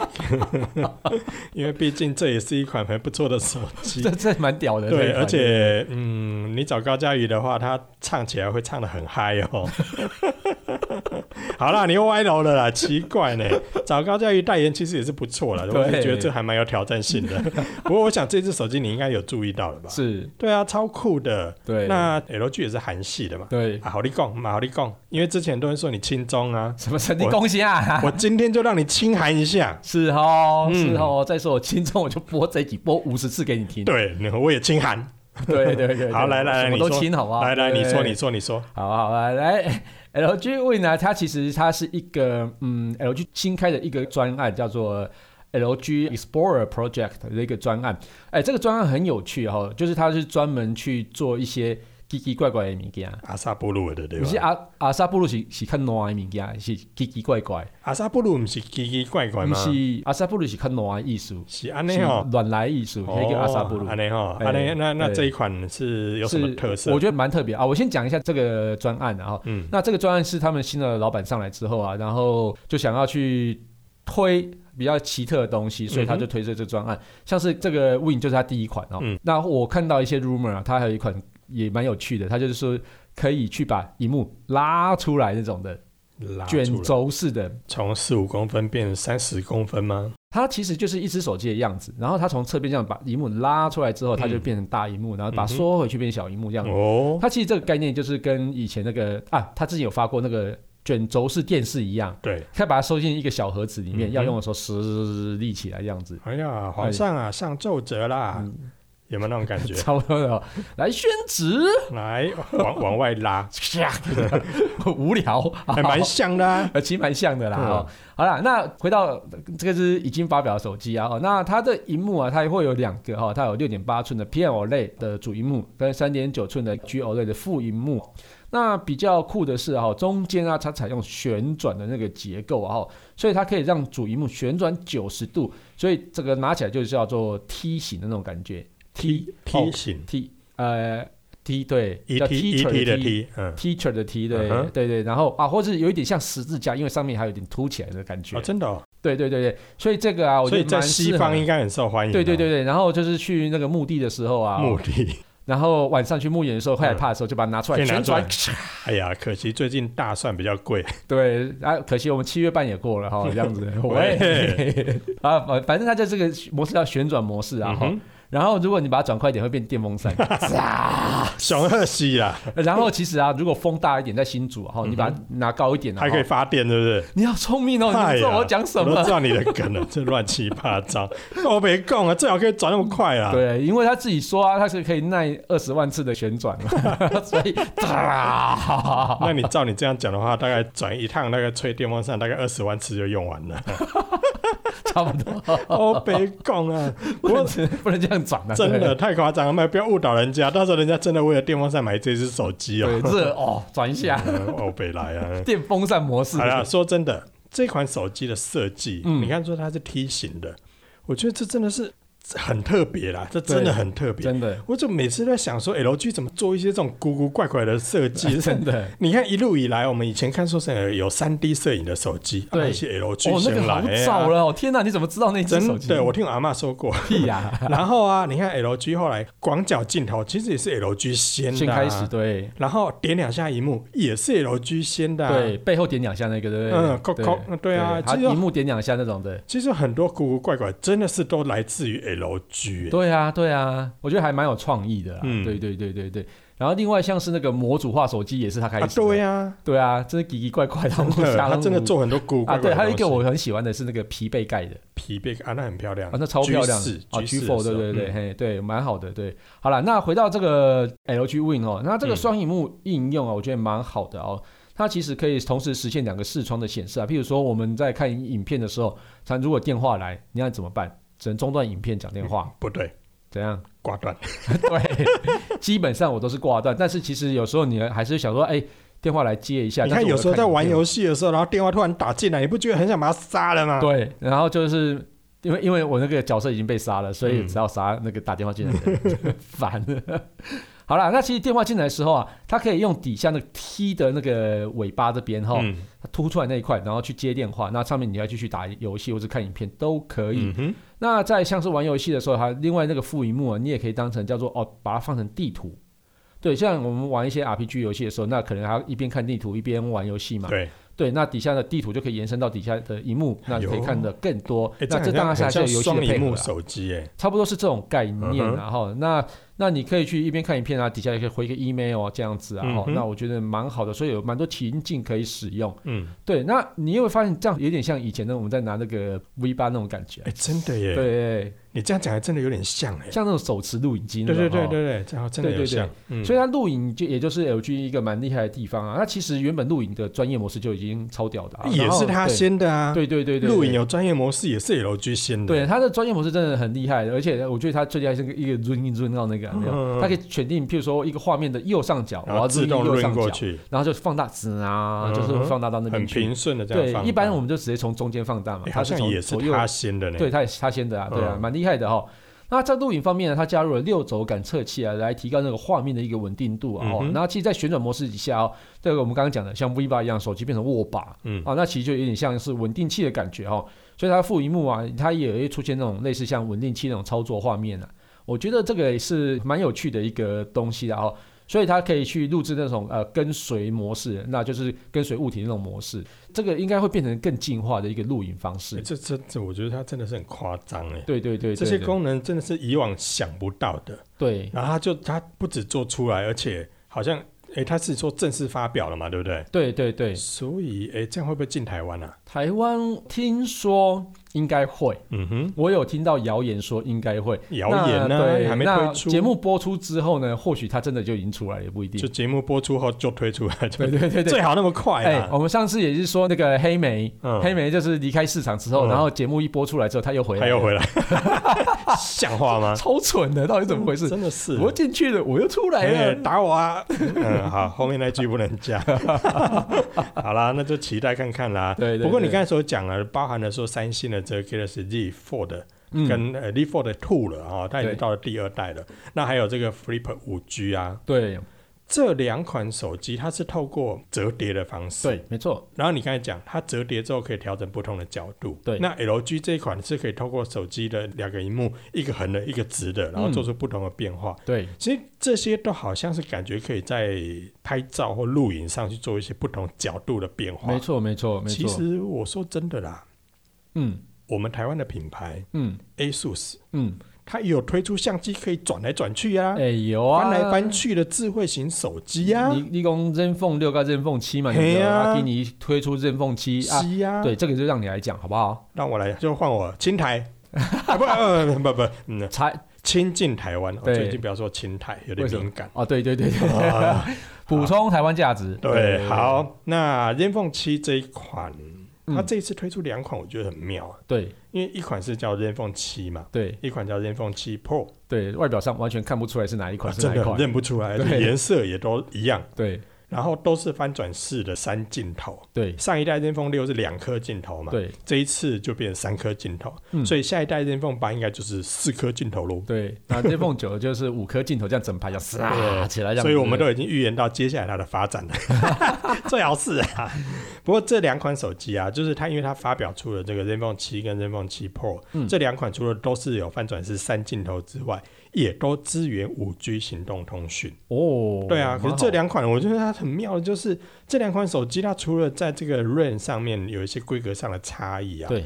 Speaker 2: 因为毕竟这也是一款很不错的手 机
Speaker 1: 这。这蛮屌的。这一
Speaker 2: 对，
Speaker 1: 款
Speaker 2: 而且嗯，你找高佳宇的话，他唱起来会唱的很嗨哦。 好啦，你又歪楼了啦，奇怪呢。 找高佳宇代言其实也是不错啦，我是
Speaker 1: 对
Speaker 2: 觉得这还蛮有挑战性 的。不过我想这只手机你应该有注意到了吧？
Speaker 1: 是，
Speaker 2: 对啊，超酷的。
Speaker 1: 对，
Speaker 2: 那 LG 也是韩系的嘛？
Speaker 1: 对
Speaker 2: 啊，好利贡，嘛好利贡，因为之前都会说你亲中啊，
Speaker 1: 什么神经
Speaker 2: 我
Speaker 1: 恭喜啊？
Speaker 2: 我今天就让你亲韩一下。
Speaker 1: 是哦，
Speaker 2: 嗯
Speaker 1: 是哦。再说我轻重，我就播这一集播五十次给你听。
Speaker 2: 对，我也亲韩。
Speaker 1: 对对对对，
Speaker 2: 好来来来
Speaker 1: 什么
Speaker 2: 你
Speaker 1: 都
Speaker 2: 说
Speaker 1: 亲好不好？
Speaker 2: 来来，你
Speaker 1: 对
Speaker 2: 说，你说，你说。
Speaker 1: 好好来来，LG 哎 Win 呢，它其实它是一个嗯 LG 新开的一个专案，叫做 LG Explorer Project 的一个专案。哎，这个专案很有趣哈、哦，就是它是专门去做一些奇奇怪怪的物件。
Speaker 2: 阿萨布鲁的对
Speaker 1: 不是
Speaker 2: 吧？
Speaker 1: 阿阿萨布鲁是是较烂的物件，是奇奇怪怪，
Speaker 2: 阿萨布鲁不是奇奇怪怪
Speaker 1: 不
Speaker 2: 吗？
Speaker 1: 是阿萨布鲁是较烂的艺术，
Speaker 2: 是安内
Speaker 1: 是
Speaker 2: 哦，
Speaker 1: 乱来艺术，那个阿萨布鲁
Speaker 2: 安。内哦，
Speaker 1: 哎
Speaker 2: 安内那那
Speaker 1: 对
Speaker 2: 这一款是有什么
Speaker 1: 是
Speaker 2: 特色？
Speaker 1: 我觉得蛮特别啊。我先讲一下这个专案啊，
Speaker 2: 嗯
Speaker 1: 那这个专案是他们新的老板上来之后啊，然后就想要去推比较奇特的东
Speaker 2: 嗯
Speaker 1: 西，所以他就推这这专案，像是这个 Win 就是他第一款哦。
Speaker 2: 嗯
Speaker 1: 那我看到一些 rumor 啊，他还有一款也蛮有趣的，他就是说可以去把荧幕拉出来那种的
Speaker 2: 拉
Speaker 1: 卷
Speaker 2: 出来
Speaker 1: 轴式的。
Speaker 2: 从四五公分变三十公分吗？
Speaker 1: 它其实就是一只手机的样子，然后它从侧边这样把荧幕拉出来之后，它就
Speaker 2: 嗯
Speaker 1: 变成大荧幕，然后把它
Speaker 2: 嗯哼
Speaker 1: 缩回去变小荧幕这样子。
Speaker 2: 哦，
Speaker 1: 它其实这个概念就是跟以前那个啊，他之前有发过那个卷轴式电视一样，
Speaker 2: 对，
Speaker 1: 他把它收进一个小盒子里面，
Speaker 2: 嗯哼
Speaker 1: 要用的时候撕立起来这样子。
Speaker 2: 哎呀，皇上啊，上奏折啦，
Speaker 1: 嗯
Speaker 2: 有没有那种 感觉？
Speaker 1: 差不多了，来宣纸，
Speaker 2: 来往往外 拉，
Speaker 1: 啪无聊，
Speaker 2: 还蛮像的、啊。
Speaker 1: 呃，其实蛮像的啦。哦，好啦，那回到这个是已经发表的手机啊。哦，那它的荧幕啊，它会有两个哈、哦，它有六点八寸的 PLOLED 的主荧幕跟三点九寸的 GOLED 的副荧幕。那比较酷的是哈、哦，中间啊它采用旋转的那个结构啊、哦，所以它可以让主荧幕旋转九十度，所以这个拿起来就是叫做梯形的那种感觉。
Speaker 2: 梯梯形
Speaker 1: 梯呃。T 对，
Speaker 2: 一
Speaker 1: 哦叫
Speaker 2: T 一
Speaker 1: teacher
Speaker 2: T 的
Speaker 1: T，
Speaker 2: T，嗯，
Speaker 1: teacher 的 T 对、
Speaker 2: 嗯哼
Speaker 1: 对对，然后啊，或是有一点像十字架，因为上面还有点凸起来的感觉。
Speaker 2: 哦，真的、哦，
Speaker 1: 对对对对，所以这个啊，我觉
Speaker 2: 所
Speaker 1: 得
Speaker 2: 以在
Speaker 1: 蛮适
Speaker 2: 西
Speaker 1: 合
Speaker 2: 方应该很受欢迎、哦。
Speaker 1: 对对对对，然后就是去那个墓地的时候啊，
Speaker 2: 目的。
Speaker 1: 然后晚上去墓园的时候，会害怕的时候就把它拿出来
Speaker 2: 可以嗯拿
Speaker 1: 旋
Speaker 2: 出
Speaker 1: 转
Speaker 2: 来。哎呀，可惜最近大蒜比较贵，
Speaker 1: 对啊，可惜我们七月半也过了 哈，这样子。喂
Speaker 2: 喂，
Speaker 1: 啊，反反正它就这个模式叫旋转模式啊
Speaker 2: 嗯
Speaker 1: 哈。
Speaker 2: 哼，
Speaker 1: 然后如果你把它转快一点，会变电风 扇。
Speaker 2: 熊二喜啦，
Speaker 1: 然后其实啊，如果风大一点，在新竹哈，你把它拿高一点啊，
Speaker 2: 嗯还可以
Speaker 1: 哈。
Speaker 2: 发电，对不对？
Speaker 1: 你好聪明哦，你
Speaker 2: 哎
Speaker 1: 知道
Speaker 2: 呀
Speaker 1: 我要讲什
Speaker 2: 我
Speaker 1: 么
Speaker 2: 都知？道你的梗 了，这乱七八糟。我没供啊，最好可以转那么快啦。
Speaker 1: 对，啊因为他自己说啊，他是可以耐二十万次的旋转， 所以哒，
Speaker 2: 那你照你这样讲的话，大概转一趟，大概吹电风扇，大概二十万次就 用完了。
Speaker 1: 差不多，
Speaker 2: 我没供啊，
Speaker 1: 不
Speaker 2: 我
Speaker 1: 能不能这样转啊，
Speaker 2: 真
Speaker 1: 对
Speaker 2: 的太夸张了，妈不要误导人家，到时候人家真的为了电风扇买这只手机哦。
Speaker 1: 对热哦，转一下。
Speaker 2: 嗯 哎哦，北来啊
Speaker 1: 电风扇模式
Speaker 2: 好，啦，说真的，这款手机的设计，
Speaker 1: 嗯
Speaker 2: 你看说它是梯形的，我觉得这真的是很特别啦，这真的很特别。
Speaker 1: 真 的
Speaker 2: 我就每次在想说，LG 怎么做一些这种古古怪怪的 设计？
Speaker 1: 真的
Speaker 2: 你看一路以来，我们以前看说是呃有三 D 摄影的手机，
Speaker 1: 对
Speaker 2: 啊、一些 LG
Speaker 1: 哦，那个
Speaker 2: 先来、哎
Speaker 1: 好早了哦，天哪，你怎么知道那只手
Speaker 2: 真
Speaker 1: 机？
Speaker 2: 的，我听我阿妈说过。
Speaker 1: 屁 呀，
Speaker 2: 然后啊，你看 LG 后来广角镜头其实也是 LG 先的、啊，
Speaker 1: 先开始对
Speaker 2: 然后点两下荧幕也是 LG 先的、啊，
Speaker 1: 对，背后点两下那个对不对？
Speaker 2: 嗯扣
Speaker 1: 对
Speaker 2: 扣嗯对啊
Speaker 1: 它
Speaker 2: 其实
Speaker 1: 荧幕点两下那种的。
Speaker 2: 其实很多古古怪怪真的是都来自于 LG 欸、
Speaker 1: 对啊，对啊，我觉得还蛮有创意的啦。啊
Speaker 2: 嗯
Speaker 1: 对对对对对。然后另外像是那个模组化手机也是他开始
Speaker 2: 啊
Speaker 1: 的、，
Speaker 2: 对啊，
Speaker 1: 对啊，真是奇奇怪怪的，
Speaker 2: 真的， 他真的做很多古古
Speaker 1: 啊。
Speaker 2: 怪怪
Speaker 1: 对，
Speaker 2: 的东西。
Speaker 1: 还有一个我很喜欢的是那个皮被盖的
Speaker 2: 疲惫啊，那很漂亮
Speaker 1: 啊，那超漂亮
Speaker 2: G4
Speaker 1: 啊，G4
Speaker 2: G4
Speaker 1: 对对
Speaker 2: 的时候
Speaker 1: 对，
Speaker 2: 嗯
Speaker 1: 嘿，对，蛮好的，对。好了，那回到这个 LG Win 哦，那这个
Speaker 2: 嗯
Speaker 1: 双荧幕应用啊，我觉得蛮好的哦。它其实可以同时实现两个视窗的显示啊，譬如说我们在看影片的时候，它如果电话来，你要怎么办？只能中断影片讲电 话，
Speaker 2: 不对，
Speaker 1: 怎样？
Speaker 2: 挂断。
Speaker 1: 对， 基本上我都是挂断，但是其实有时候你还是想说，哎、电话来接一下。
Speaker 2: 你
Speaker 1: 但
Speaker 2: 看
Speaker 1: 是我
Speaker 2: 有时候在玩
Speaker 1: 影片
Speaker 2: 游戏的时候，然后电话突然打进来，你不觉得很想把它杀了吗？
Speaker 1: 对，然后就是因为因为我那个角色已经被杀了，所以
Speaker 2: 嗯
Speaker 1: 只要杀那个打电话进来的人， 烦、好啦，那其实电话进来的时候啊，它可以用底下那个 T 的那个尾巴这边哈，
Speaker 2: 嗯
Speaker 1: 它凸出来那一块，然后去接电话。那上面你要继续打游戏或者看影片都可以。
Speaker 2: 嗯哼，
Speaker 1: 那在像是玩游戏的时候，还有另外那个副荧幕啊，你也可以当成叫做哦，把它放成地图。对，像我们玩一些 RPG 游戏的时候，那可能还要一边看地图一边玩游戏嘛。
Speaker 2: 对，
Speaker 1: 对，那底下的地图就可以延伸到底下的荧幕，那
Speaker 2: 哎
Speaker 1: 你
Speaker 2: 呦
Speaker 1: 可以看得更多。
Speaker 2: 哎，
Speaker 1: 那
Speaker 2: 很
Speaker 1: 这当然
Speaker 2: 像
Speaker 1: 是还
Speaker 2: 很
Speaker 1: 是
Speaker 2: 像
Speaker 1: 有游戏的配
Speaker 2: 双屏
Speaker 1: 合
Speaker 2: 幕
Speaker 1: 啦、
Speaker 2: 手机哎，
Speaker 1: 差不多是这种概念、
Speaker 2: 嗯哼
Speaker 1: 然后、那那你可以去一边看影片啊，底下也可以回个 email 啊，这样子啊，
Speaker 2: 嗯
Speaker 1: 哈、
Speaker 2: 哼
Speaker 1: 那我觉得蛮好的，所以有蛮多情境可以使用。
Speaker 2: 嗯，
Speaker 1: 对，那你也会发现这样有点像以前呢，我们在拿那个 V 八那种感觉。啊
Speaker 2: 哎，真的耶，
Speaker 1: 对，
Speaker 2: 你这样讲还真的有点像哎，
Speaker 1: 像那种手持录影机那
Speaker 2: 对
Speaker 1: 种，
Speaker 2: 对
Speaker 1: 哈。
Speaker 2: 对对对，这样真的
Speaker 1: 对
Speaker 2: 有
Speaker 1: 对对
Speaker 2: 像，嗯
Speaker 1: 所以它录影就也就是 LG 一个蛮厉害的地方啊。那其实原本录影的专业模式就已经超屌的、啊，
Speaker 2: 也
Speaker 1: 然后
Speaker 2: 是他。先的啊，
Speaker 1: 对对对对对，
Speaker 2: 录影有专业模式也是 LG 先的，
Speaker 1: 对它的专业模式真的很厉害的，而且我觉得它最厉害是一个 run in run out 那个，有没有？
Speaker 2: 嗯
Speaker 1: 它可以选定，譬如说一个画面的右上角，我
Speaker 2: 然
Speaker 1: 要
Speaker 2: 后
Speaker 1: zoom
Speaker 2: 自动
Speaker 1: in 右
Speaker 2: 润
Speaker 1: 上
Speaker 2: 过
Speaker 1: 角，
Speaker 2: 去，
Speaker 1: 然后就放大字啊，
Speaker 2: 嗯
Speaker 1: 就
Speaker 2: 哼
Speaker 1: 是放大到那
Speaker 2: 很
Speaker 1: 边去。
Speaker 2: 平顺的这样
Speaker 1: 对
Speaker 2: 放大。，
Speaker 1: 一般我们就直接从中间放大嘛
Speaker 2: 诶，
Speaker 1: 它
Speaker 2: 好像
Speaker 1: 从
Speaker 2: 也是
Speaker 1: 左右
Speaker 2: 他先的呢。
Speaker 1: 对，，它也是它先的啊，对啊，
Speaker 2: 嗯
Speaker 1: 蛮厉害的哈。那在录影方面呢，它加入了六轴感测器啊，来提高那个画面的一个稳定度啊。哦
Speaker 2: 嗯，哼
Speaker 1: 那其实，在旋转模式底下哦，这个我们刚刚讲的，像 V 八一样，手机变成握把
Speaker 2: 嗯，
Speaker 1: 啊，那其实就有点像是稳定器的感觉哦。所以它副荧幕啊，它也会出现那种类似像稳定器那种操作画面啊。我觉得这个也是蛮有趣的一个东西啊。哦。所以它可以去录制那种呃跟随模式，那就是跟随物体那种模式。这个应该会变成更进化的一个录影方式
Speaker 2: 诶。哎这这这，我觉得它真的是很夸张哎。
Speaker 1: 对对对，
Speaker 2: 这
Speaker 1: 对
Speaker 2: 些
Speaker 1: 对
Speaker 2: 功能真的是以往想不到的，
Speaker 1: 对
Speaker 2: 然后它就它不止做出来，而且好像哎，它是说正式发表了嘛，对不对？
Speaker 1: 对对对，
Speaker 2: 所以哎，诶这样会不会进台湾啊？
Speaker 1: 台湾听说应该会。
Speaker 2: 嗯哼，
Speaker 1: 我有听到谣言说应该会，
Speaker 2: 谣
Speaker 1: 那
Speaker 2: 言呢
Speaker 1: 对，
Speaker 2: 还没
Speaker 1: 那
Speaker 2: 推出，
Speaker 1: 节目播出之后呢，或许它真的就已经出来了，也不一定
Speaker 2: 就。节目播出后就推出来，
Speaker 1: 对
Speaker 2: 就
Speaker 1: 对对对。
Speaker 2: 最好那么快
Speaker 1: 哎、
Speaker 2: 啊。
Speaker 1: 我们上次也是说那个黑莓，
Speaker 2: 嗯
Speaker 1: 黑莓就是离开市场之后，
Speaker 2: 嗯
Speaker 1: 然后节目一播出来之后，它又回来，
Speaker 2: 他又回来， 像话吗？
Speaker 1: 超蠢的，到底怎么回事？
Speaker 2: 嗯真的是，
Speaker 1: 我进去了，我又出来
Speaker 2: 哎
Speaker 1: 了。
Speaker 2: 打我啊！嗯，好，后面那句不能加。 好啦，那就期待看看啦。
Speaker 1: 对对对
Speaker 2: 不过你刚才所讲了，包含了说三星的这个 Galaxy Z Fold
Speaker 1: 嗯
Speaker 2: 跟呃 Z Fold Two 了啊、它已经
Speaker 1: 对
Speaker 2: 到了第二代了。那还有这个 Flip 五 G 啊，
Speaker 1: 对
Speaker 2: 这两款手机它是透过折叠的方式。
Speaker 1: 对，没错，
Speaker 2: 然后你刚才讲，它折叠之后可以调整不同的角度。
Speaker 1: 对
Speaker 2: 那 LG 这一款是可以透过手机的两个荧幕，一个横的，一个直的，然
Speaker 1: 嗯
Speaker 2: 后做出不同的变化。
Speaker 1: 对
Speaker 2: 其实这些都好像是感觉可以在拍照或录影上去做一些不同角度的变化。
Speaker 1: 没，错，没错，没错。
Speaker 2: 其实我说真的啦，
Speaker 1: 嗯
Speaker 2: 我们台湾的品牌
Speaker 1: 嗯
Speaker 2: ASUS，
Speaker 1: 嗯，
Speaker 2: 它也有推出相机可以转来转去啊，
Speaker 1: 哎、有啊，
Speaker 2: 翻来翻去的智慧型手机呀、
Speaker 1: 你
Speaker 2: 啊，
Speaker 1: 你讲 Zenfone 六跟 Zenfone 七嘛，
Speaker 2: 嘿
Speaker 1: 你
Speaker 2: 啊
Speaker 1: 阿基尼推出 Zenfone 七啊，
Speaker 2: 是呀、
Speaker 1: 对，，这个就让你来讲好不好？
Speaker 2: 让我来，就换我青 台。啊、不 呃不不，嗯，
Speaker 1: 才
Speaker 2: 亲近台湾，我
Speaker 1: 对
Speaker 2: 最近不要说亲台，有点
Speaker 1: 为什么
Speaker 2: 敏感。
Speaker 1: 哦，对对对对，
Speaker 2: 啊
Speaker 1: 补充台湾价值。
Speaker 2: 对，，好，那 Zenfone 七这一款，它这一次推出两款，我觉得很妙啊，
Speaker 1: 对
Speaker 2: 因为一款是叫 Zenfone 七嘛，
Speaker 1: 对
Speaker 2: 一款叫 Zenfone 七 Pro，
Speaker 1: 对，外表上完全看不出来是哪一
Speaker 2: 啊
Speaker 1: 款是
Speaker 2: 真
Speaker 1: 哪一
Speaker 2: 的很
Speaker 1: 款。
Speaker 2: 认不出来，而且
Speaker 1: 对
Speaker 2: 颜色也都一样，
Speaker 1: 对
Speaker 2: 然后都是翻转式的三镜头。
Speaker 1: 对
Speaker 2: 上一代 Zenfone 六是两颗镜头嘛，
Speaker 1: 对
Speaker 2: 这一次就变成三颗镜头，
Speaker 1: 嗯
Speaker 2: 所以下一代 Zenfone 八应该就是四颗镜头喽。
Speaker 1: 对，那 Zenfone 九就是五颗镜头这样整排这样唰起来这样子，
Speaker 2: 所以我们都已经预言到接下来它的发 展了，最好是啊。不过这两款手机啊，就是它因为它发表出了这个 Zenfone 七跟 Zenfone 七 Pro，、
Speaker 1: 嗯
Speaker 2: 这两款除了都是有翻转式三镜头之外，也都支援五 G 行动通讯。
Speaker 1: 哦，
Speaker 2: 对啊，可
Speaker 1: 蛮
Speaker 2: 是
Speaker 1: 好
Speaker 2: 这两款我觉得它很妙的就是这两款手机它除了在这个 RAM 上面有一些规格上的差异啊，
Speaker 1: 对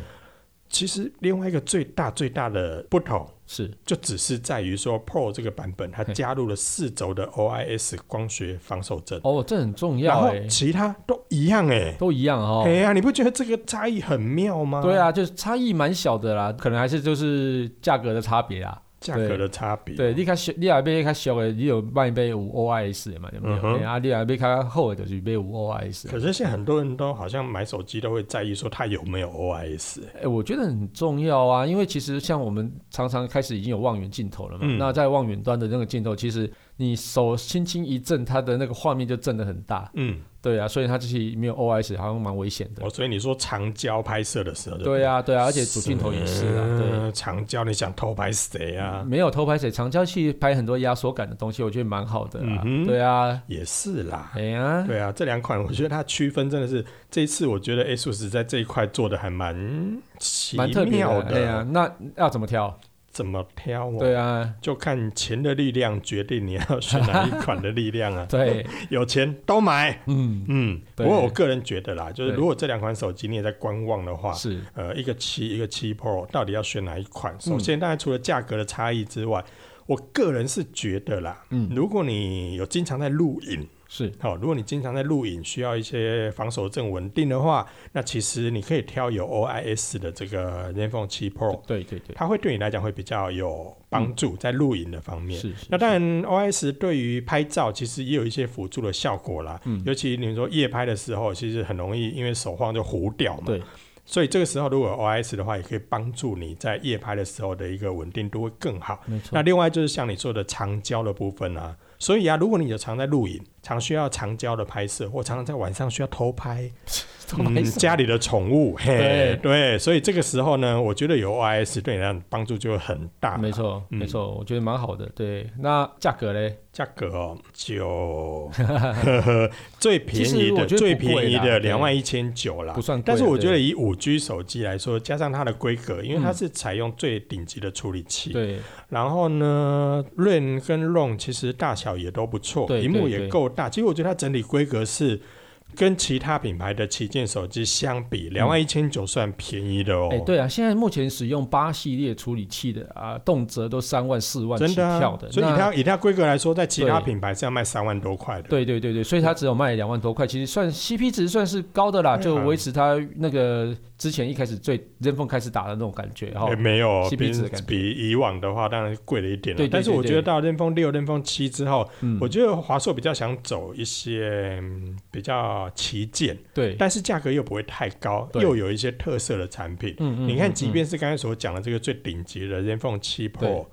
Speaker 2: 其实另外一个最大最大的不同。
Speaker 1: 是
Speaker 2: 就只是在于说 Pro 这个版本，它
Speaker 1: 嘿
Speaker 2: 加入了四轴的 OIS 光学防手针，
Speaker 1: 哦，这很重
Speaker 2: 然
Speaker 1: 哦要
Speaker 2: 后
Speaker 1: 哎，
Speaker 2: 其他都一样哎、
Speaker 1: 都一样哦
Speaker 2: 哎。呀、你不觉得这个差异很妙吗？
Speaker 1: 对，啊，就是差异蛮小的啦，可能还是就是价格的差别啦。
Speaker 2: 价格的差别。
Speaker 1: 对，你较小，你若买较俗的，你有卖买有 OIS 的嘛，对不
Speaker 2: 嗯哼
Speaker 1: 对？啊，你若买较厚的，就是买有 OIS 的。
Speaker 2: 可是现在很多人都好像买手机都会在意说它有没有 OIS，欸、
Speaker 1: 哎、我觉得很重要啊，因为其实像我们常常开始已经有望远镜头了嘛，
Speaker 2: 嗯
Speaker 1: 那在望远端的那个镜头，其实你手轻轻一震，它的那个画面就震得很大，
Speaker 2: 嗯，
Speaker 1: 对啊，所以它其实没有 OIS 好像蛮危险的
Speaker 2: 哦，。所以你说长焦拍摄的时候，
Speaker 1: 对，啊，对啊，而且主镜头也是啊，对。嗯
Speaker 2: 嗯长焦你想偷拍谁啊？
Speaker 1: 没有偷拍谁，长焦去拍很多压缩感的东西，我觉得蛮好的
Speaker 2: 嗯
Speaker 1: 啊。
Speaker 2: 哼
Speaker 1: 对啊，
Speaker 2: 也是啦。
Speaker 1: 哎呀，
Speaker 2: 对啊，这两款我觉得它区分真的是这一次，我觉得 ASUS 在这一块做的还蛮奇
Speaker 1: 蛮特别
Speaker 2: 妙
Speaker 1: 的。哎呀，那要怎么挑？
Speaker 2: 怎么挑哦？
Speaker 1: 对啊，。
Speaker 2: 就看钱的力量决定你要选哪一款的力量啊
Speaker 1: 对，
Speaker 2: 有钱都买。
Speaker 1: 嗯，
Speaker 2: 嗯，不
Speaker 1: 对
Speaker 2: 过我个人觉得啦，就是
Speaker 1: 对
Speaker 2: 如果这两款手机你也在观望的话，
Speaker 1: 是，
Speaker 2: 呃，一个七，一个七 Pro，到底要选哪一
Speaker 1: 嗯
Speaker 2: 款？首先，当然除了价格的差异之外，我个人是觉得啦，
Speaker 1: 嗯
Speaker 2: 如果你有经常在录影，
Speaker 1: 是，
Speaker 2: 好、如果你经常在录影需要一些防守正稳定的话，那其实你可以挑有 OIS 的这个 Zenfone 七 Pro，
Speaker 1: 对对对，
Speaker 2: 它会对你来讲会比较有帮助，在录影的方
Speaker 1: 嗯
Speaker 2: 面。
Speaker 1: 是，
Speaker 2: 那当然，OS 对于拍照其实也有一些辅助的效果啦。
Speaker 1: 嗯
Speaker 2: 尤其你说夜拍的时候，其实很容易因为手晃就糊掉嘛。
Speaker 1: 对。
Speaker 2: 所以这个时候如果有 OS 的话，也可以帮助你在夜拍的时候的一个稳定度会更好。
Speaker 1: 没错
Speaker 2: 那，另外就是像你说的长焦的部分啊，所以啊，如果你有常在录影、常需要长焦的拍摄，或常常在晚上需要偷拍，嗯
Speaker 1: 偷拍什么
Speaker 2: 家里的宠物，嘿
Speaker 1: 对
Speaker 2: 对，所以这个时候呢，我觉得有 OS 对你来讲帮助就会很大。
Speaker 1: 没错
Speaker 2: 嗯
Speaker 1: 没错，我觉得蛮好的。对，那价格嘞？
Speaker 2: 价格哦， 就呵呵最便
Speaker 1: 其
Speaker 2: 宜
Speaker 1: 实
Speaker 2: 的
Speaker 1: 我觉得不
Speaker 2: 最便宜的
Speaker 1: 贵
Speaker 2: 两
Speaker 1: 啦
Speaker 2: 万
Speaker 1: 对
Speaker 2: 一千九啦
Speaker 1: 不。算贵啊，
Speaker 2: 但是我觉得
Speaker 1: 对嗯
Speaker 2: 以五 G 手机来说，加上它的规格，因为它是采用最顶级的处理器，
Speaker 1: 对
Speaker 2: 然后呢，RAM 跟 ROM 其实大小也都不错，
Speaker 1: 对
Speaker 2: 屏幕
Speaker 1: 对
Speaker 2: 也
Speaker 1: 对
Speaker 2: 够大。其实我觉得它整体规格是跟其他品牌的旗舰手机相比，两万一千九算便宜的哦。
Speaker 1: 嗯哎、对啊，现在目前使用八系列处理器的啊，动辄都三万四万起
Speaker 2: 真的、
Speaker 1: 跳
Speaker 2: 啊
Speaker 1: 的，。
Speaker 2: 所以以
Speaker 1: 那
Speaker 2: 它以它规格来说，在其他
Speaker 1: 对
Speaker 2: 品牌是要卖三万多块的。
Speaker 1: 对对对对，所以它只有卖两万多块，其实算 CP 值算是高的啦，
Speaker 2: 对啊
Speaker 1: 就维持它那个之前一开始最 Zenfone 开始打的那种感觉哈。
Speaker 2: 也哎没有哦
Speaker 1: CP
Speaker 2: 比
Speaker 1: 值的感觉
Speaker 2: 比以往的话，当然贵了一点了。
Speaker 1: 对对
Speaker 2: 但是
Speaker 1: 对
Speaker 2: 我
Speaker 1: 对
Speaker 2: 觉得到任风六、任风七之后，
Speaker 1: 嗯，
Speaker 2: 我觉得华硕比较想走一些、嗯比较旗舰，
Speaker 1: 对，
Speaker 2: 但是价格又不会太高，
Speaker 1: 对
Speaker 2: 又有一些特色的产品。
Speaker 1: 嗯
Speaker 2: 你看，即便是刚才所讲的这个最顶级的 ZenFone 7
Speaker 1: 对嗯
Speaker 2: Pro，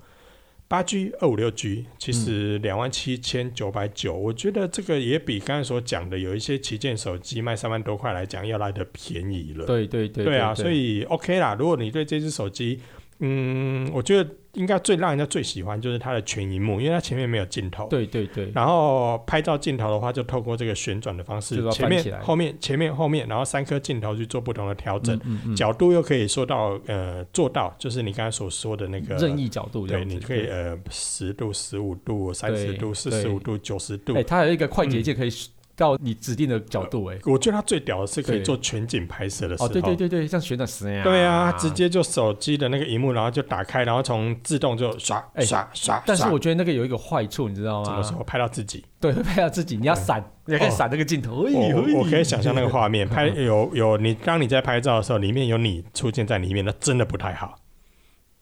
Speaker 2: 八 G 二五六 G，其实两万七千九百九，我觉得这个也比刚才所讲的有一些旗舰手机卖三万多块来讲要来的便宜了。
Speaker 1: 对对对
Speaker 2: 对啊，所以 OK 啦。如果你对这只手机，嗯，我觉得应该最让人家最喜欢就是它的全荧幕，因为它前面没有镜头。
Speaker 1: 对对对，
Speaker 2: 然后拍照镜头的话，就透过这个旋转的方
Speaker 1: 就是
Speaker 2: 式，
Speaker 1: 要
Speaker 2: 前
Speaker 1: 翻起
Speaker 2: 面、
Speaker 1: 来
Speaker 2: 后面、前面、后面，然后三颗镜头去做不同的调整，
Speaker 1: 嗯嗯
Speaker 2: 角度又可以说到呃做到，就是你刚才所说的那个
Speaker 1: 嗯任，意角度这
Speaker 2: 对，
Speaker 1: 样子，
Speaker 2: 你可以呃十度、十五度、三十度、四十五度、九十度嗯
Speaker 1: 哎、。它有一个快捷键可以到你指定的角度、哎、
Speaker 2: 我觉得它最屌的是可以
Speaker 1: 对
Speaker 2: 做全景拍摄的时
Speaker 1: 哦，
Speaker 2: 候，
Speaker 1: 对对对对，像旋转时呀，
Speaker 2: 对啊，它直。接就手机的那个荧幕，然后就打开，然后从自动就刷
Speaker 1: 哎
Speaker 2: 刷刷。
Speaker 1: 但是
Speaker 2: 刷
Speaker 1: 我啊觉得那个有一个坏处，你知道吗？
Speaker 2: 怎么说拍到自己？
Speaker 1: 对，会配合自己，你要闪，你要开始闪那个镜头。哎哎
Speaker 2: 我
Speaker 1: 呦
Speaker 2: 我我可以想象那个 画面，拍有有你，当你在拍照的时候，里面有你出现在里面，那真的不太好。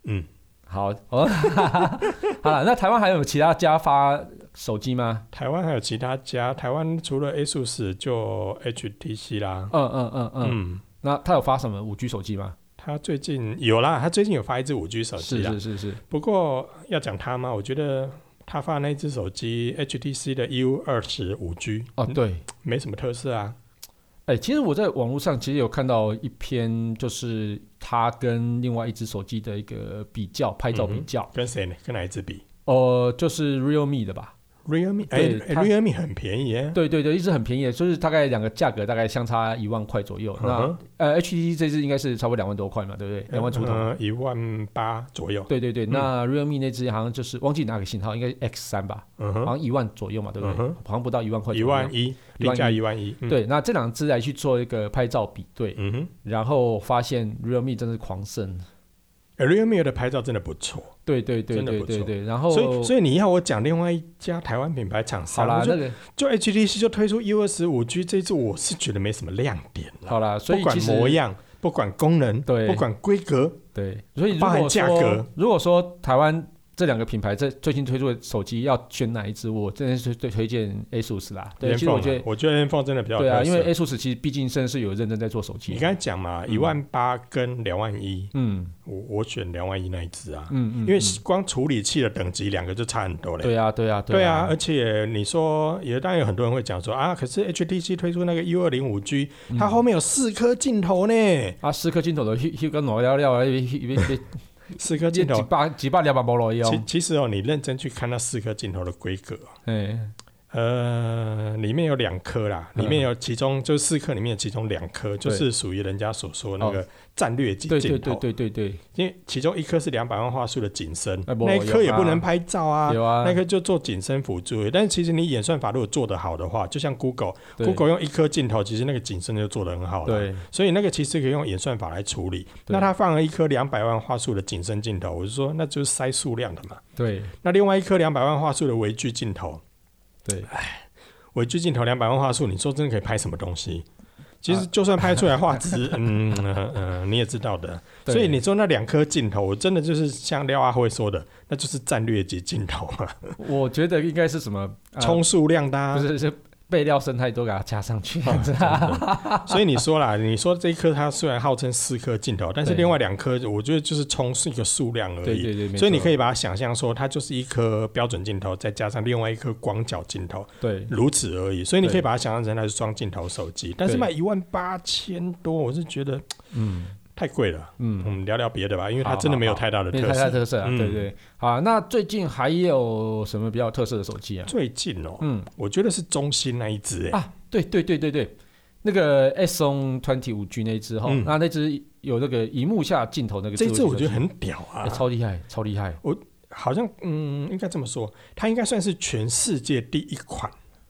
Speaker 2: 嗯，
Speaker 1: 好，哦 好了，那台湾还有其他家发手机吗？
Speaker 2: 台湾还有其他家，台湾除了 ASUS 就 HTC 啦。
Speaker 1: 嗯嗯嗯嗯，
Speaker 2: 嗯，
Speaker 1: 那他有发什么五 G 手机吗？
Speaker 2: 他最近有啦，他最近有发一支五 G 手机
Speaker 1: 是
Speaker 2: 啦。
Speaker 1: 是是是，
Speaker 2: 不过要讲他吗？我觉得他发那只手机 HTC 的 E U 二十五 G
Speaker 1: 哦对，
Speaker 2: 没什么特色啊。
Speaker 1: 哎，其实我在网络上其实有看到一篇，就是他跟另外一只手机的一个比较，拍照比较，
Speaker 2: 跟谁呢？跟哪一支比
Speaker 1: 呃，就是 Realme 的吧？
Speaker 2: ？Realme 哎、
Speaker 1: 对
Speaker 2: 哎
Speaker 1: 它
Speaker 2: Realme 很便宜耶。
Speaker 1: 对对对，一只很便宜的，就是大概两个价格大概相差一万块左右。那、
Speaker 2: 嗯哼
Speaker 1: 呃，HTC 这只应该是差不多两万多块嘛，对不对？两万出头。
Speaker 2: 嗯一万八左右。
Speaker 1: 对对对，那 Realme 那只好像就是忘记哪个型号，应该是 X 三吧，
Speaker 2: 嗯哼
Speaker 1: 好。像一万左右嘛，对不对？
Speaker 2: 嗯哼
Speaker 1: 好像不到一万块左
Speaker 2: 一
Speaker 1: 右。
Speaker 2: 万一，定价一万一，嗯，
Speaker 1: 对，那这两只来去做一个拍照比对，
Speaker 2: 嗯哼
Speaker 1: 然后发现 Realme 真的是狂胜。
Speaker 2: 哎，Realme 的拍照真的不错，
Speaker 1: 对对对
Speaker 2: 真的
Speaker 1: 对
Speaker 2: 不
Speaker 1: 对
Speaker 2: 错
Speaker 1: 对，然后
Speaker 2: 所以所以你要我讲另外一家台湾品牌厂
Speaker 1: 好
Speaker 2: 商，
Speaker 1: 啦
Speaker 2: 我，
Speaker 1: 那
Speaker 2: 就
Speaker 1: 个
Speaker 2: 就 HTC 就推出 U 二十五 G 这一支，我是觉得没什么亮点了，
Speaker 1: 好啦，所
Speaker 2: 不
Speaker 1: 以
Speaker 2: 管
Speaker 1: 其实
Speaker 2: 模样，不管功能，
Speaker 1: 对
Speaker 2: 不管规格，
Speaker 1: 对，所以如
Speaker 2: 包含
Speaker 1: 果
Speaker 2: 价格
Speaker 1: 说如果说台湾这两个品牌这最新推出的手机要选哪一支，我真的是最推荐 ASUS 啦。对，
Speaker 2: 联
Speaker 1: 其实
Speaker 2: 放
Speaker 1: 我
Speaker 2: 啊
Speaker 1: 觉得
Speaker 2: 我觉得 iPhone 真的比较有
Speaker 1: 对啊，
Speaker 2: 特
Speaker 1: 因
Speaker 2: 色
Speaker 1: 为 ASUS 其实毕竟真的是有认真在做手
Speaker 2: 你
Speaker 1: 机。
Speaker 2: 刚才讲嘛，
Speaker 1: 嗯
Speaker 2: 一万八跟两万一，
Speaker 1: 嗯
Speaker 2: 我我选两万一那一支啊，
Speaker 1: 嗯嗯，
Speaker 2: 因为
Speaker 1: 嗯
Speaker 2: 光处理器的等级两个就差很多嘞，
Speaker 1: 对啊对啊
Speaker 2: 对啊
Speaker 1: 啊，，
Speaker 2: 而且你说也当然有很多人会讲说啊，可是 HTC 推出那个 U 二零五 G，
Speaker 1: 嗯
Speaker 2: 它后面有四颗镜头呢，
Speaker 1: 啊，四颗镜头的，迄迄个老了了，一一一
Speaker 2: 四颗镜
Speaker 1: 一
Speaker 2: 头。
Speaker 1: 百几百两百毛罗
Speaker 2: 其
Speaker 1: 用，
Speaker 2: 其实哦，你认真去看那四颗镜头的规格哦，
Speaker 1: 哎，
Speaker 2: 呃，里面有两颗啦，
Speaker 1: 嗯
Speaker 2: 里面有其中就四颗里面有其中两颗就是属于人家所说那个战略级
Speaker 1: 对哦对
Speaker 2: 镜
Speaker 1: 对
Speaker 2: 头，
Speaker 1: 对对对，
Speaker 2: 因为其中一颗是两百万画素的景深，
Speaker 1: 哎不
Speaker 2: 那一颗也
Speaker 1: 有啊
Speaker 2: 不能拍照啊。
Speaker 1: 有啊，
Speaker 2: 那个就做景深辅助而已，但其实你演算法如果做得好的话，就像 Google，
Speaker 1: 对
Speaker 2: Google 用一颗镜头，其实那个景深就做得很好了。
Speaker 1: 对
Speaker 2: 所以那个其实可以用演算法来处理。
Speaker 1: 对
Speaker 2: 那它放了一颗两百万画素的景深镜头，我是说那就是塞数量的嘛。
Speaker 1: 对
Speaker 2: 那另外一颗两百万画素的微距镜头，
Speaker 1: 对，
Speaker 2: 微距镜头两百万画素，你说真的可以拍什么东西？其
Speaker 1: 啊
Speaker 2: 实就算拍出来画 质，嗯嗯、呃你也知道的。
Speaker 1: 对
Speaker 2: 所以你说那两颗镜头，我真的就是像廖阿辉说的，那就是战略级镜头嘛，
Speaker 1: 我觉得应该是什么呃
Speaker 2: 冲数量的、啊
Speaker 1: 不。是是备料生态都给它加上去，
Speaker 2: 所以你说啦，你说这一颗它虽然号称四颗镜头，但是
Speaker 1: 对
Speaker 2: 另外两颗，我觉得就是冲是一个数量而
Speaker 1: 对
Speaker 2: 已。
Speaker 1: 对对，没
Speaker 2: 所以你
Speaker 1: 错
Speaker 2: 可以把它想象说，它就是一颗标准镜头，再加上另外一颗广角镜头，
Speaker 1: 对
Speaker 2: 如此而已。所以你
Speaker 1: 对
Speaker 2: 可以把它想象成它是双镜头手机，但是卖一万八千多，我是觉得
Speaker 1: 嗯
Speaker 2: 太贵了。
Speaker 1: 嗯，
Speaker 2: 嗯，聊聊别的吧，因为它
Speaker 1: 好
Speaker 2: 真的没有
Speaker 1: 好好
Speaker 2: 太大的
Speaker 1: 没
Speaker 2: 特
Speaker 1: 太大
Speaker 2: 色。
Speaker 1: 特色啊，
Speaker 2: 嗯
Speaker 1: 对对，好啊，那最近还有什么比较有特色的手机啊？
Speaker 2: 最近哦，
Speaker 1: 嗯
Speaker 2: 我觉得是中兴那一只，哎，
Speaker 1: 啊，对对对对对。那个 S on Twenty 五 G 那一只哈，
Speaker 2: 嗯
Speaker 1: 那那只有那个荧幕下镜头那个
Speaker 2: 这
Speaker 1: 智
Speaker 2: 一
Speaker 1: 慧型
Speaker 2: 只
Speaker 1: 手机，
Speaker 2: 我觉得很屌啊
Speaker 1: 欸，超厉害，超厉害。
Speaker 2: 好像嗯，应该这么说，它应该算是全世界第一款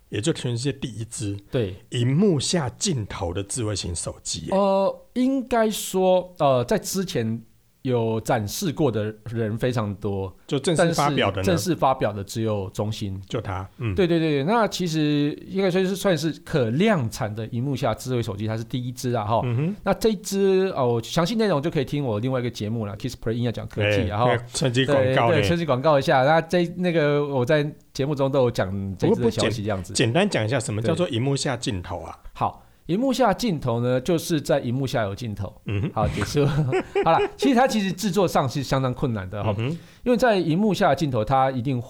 Speaker 2: 也就全世界第一支
Speaker 1: 对，
Speaker 2: 荧幕下镜头的智慧型手机耶、哎
Speaker 1: 呃，应该说，呃，在之前有展示过的人非常多，
Speaker 2: 就正
Speaker 1: 但
Speaker 2: 式
Speaker 1: 是
Speaker 2: 发表的呢
Speaker 1: 正，式发表的只有中兴。
Speaker 2: 就它，嗯，
Speaker 1: 对对对，对那其实应该说是算是可量产的荧幕下智慧手机，它是第一支啊哈。
Speaker 2: 嗯哼，
Speaker 1: 那这一支哦，详细内容就可以听我另外一个节目了，Kiss Play 音乐讲科技，
Speaker 2: 哎
Speaker 1: 然后
Speaker 2: 那个 趁机广
Speaker 1: 对
Speaker 2: 告
Speaker 1: 对，
Speaker 2: 呢
Speaker 1: 趁。机广告一下。那这那个我在节目中都有讲这
Speaker 2: 不
Speaker 1: 支
Speaker 2: 不
Speaker 1: 的消
Speaker 2: 简
Speaker 1: 息，这样子。
Speaker 2: 简单讲一下什么
Speaker 1: 对
Speaker 2: 叫做荧幕下镜头啊？
Speaker 1: 好，荧幕下镜头呢，就是在荧幕下有镜头。
Speaker 2: 嗯哼，
Speaker 1: 好，结束。好了，其实它其实制作上是相当困难的哈、
Speaker 2: 嗯哼，
Speaker 1: 因为在荧幕下的镜头，它一定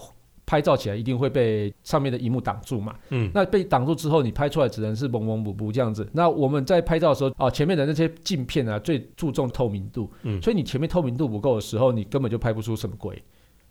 Speaker 1: 拍照起来一定会被上面的荧幕挡住嘛。
Speaker 2: 嗯，
Speaker 1: 那被挡住之后，你拍出来只能是蒙蒙补补这样子。那我们在拍照的时候，啊，前面的那些镜片啊，最注重透明度，
Speaker 2: 嗯
Speaker 1: 所以你前面透明度不够的时候，你根本就拍不出什么鬼。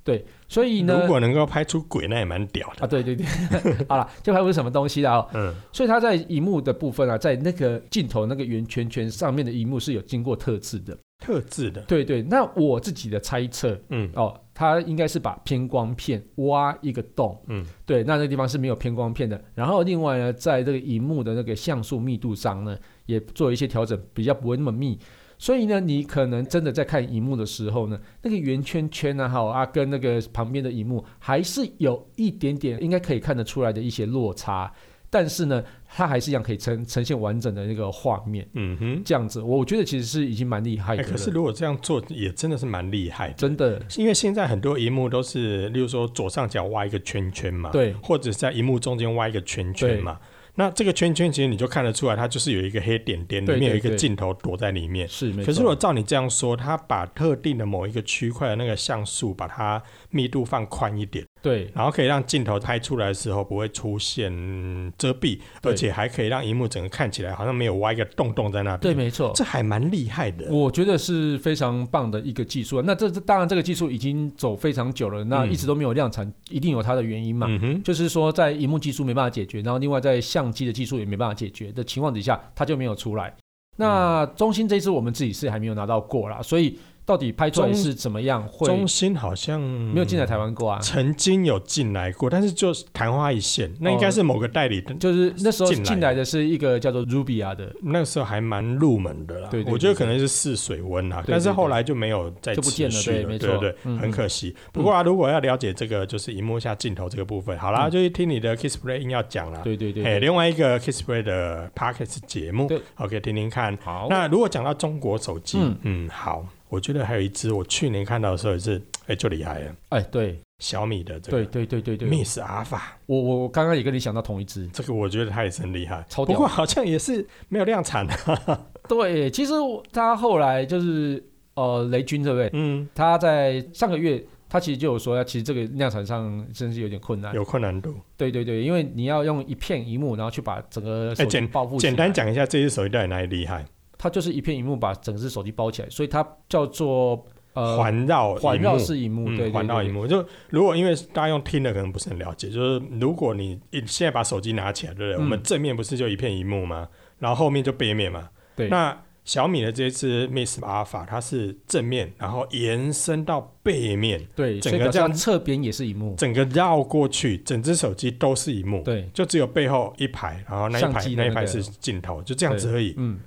Speaker 1: 对，所以呢，
Speaker 2: 如果能够拍出鬼，那也蛮屌的。
Speaker 1: 啊，对对对， 好了，就拍不出什么东西了哦。
Speaker 2: 嗯，
Speaker 1: 所以它在荧幕的部分啊，在那个镜头那个圆圈圈上面的荧幕是有经过特制的。
Speaker 2: 特制的，
Speaker 1: 对对，那我自己的猜测
Speaker 2: 嗯
Speaker 1: 哦，它应该是把偏光片挖一个洞，
Speaker 2: 嗯，
Speaker 1: 对，那那地方是没有偏光片的。然后另外呢，在这个荧幕的那个像素密度上呢，也做一些调整，比较不会那么密。所以呢，你可能真的在看荧幕的时候呢，那个圆圈圈啊，好啊，跟那个旁边的荧幕还是有一点点，应该可以看得出来的一些落差。但是呢，它还是一样可以呈呈现完整的那个画面，
Speaker 2: 嗯哼。
Speaker 1: 这样子，我觉得其实是已经蛮厉害
Speaker 2: 哎，
Speaker 1: 的了。
Speaker 2: 可是如果这样做，也真的是蛮厉害的。
Speaker 1: 真的，
Speaker 2: 因为现在很多荧幕都是，例如说左上角挖一个圈圈嘛，
Speaker 1: 对
Speaker 2: 或者是在荧幕中间挖一个圈圈嘛。那这个圈圈其实你就看得出来，它就是有一个黑点点，
Speaker 1: 对
Speaker 2: 里面有
Speaker 1: 对
Speaker 2: 一个
Speaker 1: 对
Speaker 2: 镜头躲在里面。
Speaker 1: 是没错。
Speaker 2: 可是如果照你这样说，它把特定的某一个区块的那个像素，把它密度放宽一点，
Speaker 1: 对
Speaker 2: 然后可以让镜头拍出来的时候不会出现嗯遮蔽，
Speaker 1: 对
Speaker 2: 而且还可以让荧幕整个看起来好像没有挖一个洞洞在那
Speaker 1: 对，
Speaker 2: 边。，
Speaker 1: 没错，
Speaker 2: 这还蛮厉害的。
Speaker 1: 我觉得是非常棒的一个技术啊。那这这当然，这个技术已经走非常久了，那
Speaker 2: 嗯
Speaker 1: 一直都没有量产，一定有它的原因嘛。
Speaker 2: 嗯哼，
Speaker 1: 就是说，在荧幕技术没办法解决，然后另外在相机的技术也没办法解决的情况底下，它就没有出来。那
Speaker 2: 嗯
Speaker 1: 中兴这一次我们自己是还没有拿到过啦，所以到底拍出来
Speaker 2: 中
Speaker 1: 是怎么样，会
Speaker 2: 中嗯心好像没
Speaker 1: 没有进来台湾过啊？
Speaker 2: 曾经有进来过，但是就是昙花一现。那
Speaker 1: 哦
Speaker 2: 应该是某个代理，
Speaker 1: 就是那时候
Speaker 2: 进来
Speaker 1: 进来的是一个叫做 Rubia 的，
Speaker 2: 那个时候还蛮入门的啦。
Speaker 1: 对对对
Speaker 2: 我觉得可能是试水温啦，
Speaker 1: 对对
Speaker 2: 但是后来就没有再
Speaker 1: 就不
Speaker 2: 持
Speaker 1: 见了
Speaker 2: 续
Speaker 1: 对
Speaker 2: 了，
Speaker 1: 没
Speaker 2: 对
Speaker 1: 错
Speaker 2: 对，
Speaker 1: 嗯
Speaker 2: 很可惜。不过啊，如果要了解这个就是荧幕下镜头这个部分，好啦，
Speaker 1: 嗯
Speaker 2: 就是听你的 Kiss Play 硬要讲啦。
Speaker 1: 对对对
Speaker 2: 哎，
Speaker 1: 对，
Speaker 2: 另外一个 Kiss Play 的 Podcast 节目
Speaker 1: 对，
Speaker 2: 好，可以听听看。
Speaker 1: 好，
Speaker 2: 那如果讲到中国手机
Speaker 1: 嗯，
Speaker 2: 嗯，好，我觉得还有一支我去年看到的时候也是，哎，就厉害了，
Speaker 1: 哎，对
Speaker 2: 小米的这
Speaker 1: 对
Speaker 2: 个
Speaker 1: 对对对对，
Speaker 2: Miss Alpha。
Speaker 1: 我我我刚刚也跟你想到同一只，
Speaker 2: 这个我觉得他也是很厉害，
Speaker 1: 超
Speaker 2: 不
Speaker 1: 屌
Speaker 2: 过好像也是没有量产的。
Speaker 1: 对，其实我他后来就是呃雷军对不对？
Speaker 2: 嗯，
Speaker 1: 他在上个月他其实就有说，其实这个量产上真是有点困难。
Speaker 2: 有困难度。
Speaker 1: 对对对，因为你要用一片荧幕，然后去把整个
Speaker 2: 哎
Speaker 1: 手机
Speaker 2: 简
Speaker 1: 包覆起来。
Speaker 2: 简单，讲一下这只手机到底哪里厉害？
Speaker 1: 它就是一片荧幕把整只手机包起来，所以它叫做呃
Speaker 2: 环绕
Speaker 1: 环绕
Speaker 2: 荧幕
Speaker 1: 式荧幕，对对
Speaker 2: 嗯，
Speaker 1: 对
Speaker 2: 环绕荧幕就如果因为大家用听的可能不是很了解，就是如果你一现在把手机拿起来，对不对？
Speaker 1: 嗯
Speaker 2: 我们正面不是就一片荧幕吗？然后后面就背面嘛。
Speaker 1: 对
Speaker 2: 那小米的这一次 Miss Alpha，它是正面，然后延伸到背面，
Speaker 1: 对，
Speaker 2: 整
Speaker 1: 所以
Speaker 2: 个
Speaker 1: 表示
Speaker 2: 这样
Speaker 1: 它侧边也是荧幕，
Speaker 2: 整个绕过去，整只手机都是荧幕。
Speaker 1: 对，
Speaker 2: 就只有背后一排，然后那一
Speaker 1: 相
Speaker 2: 排
Speaker 1: 机的
Speaker 2: 那一
Speaker 1: 那
Speaker 2: 排
Speaker 1: 个
Speaker 2: 是镜头，就这样子而已。
Speaker 1: 嗯，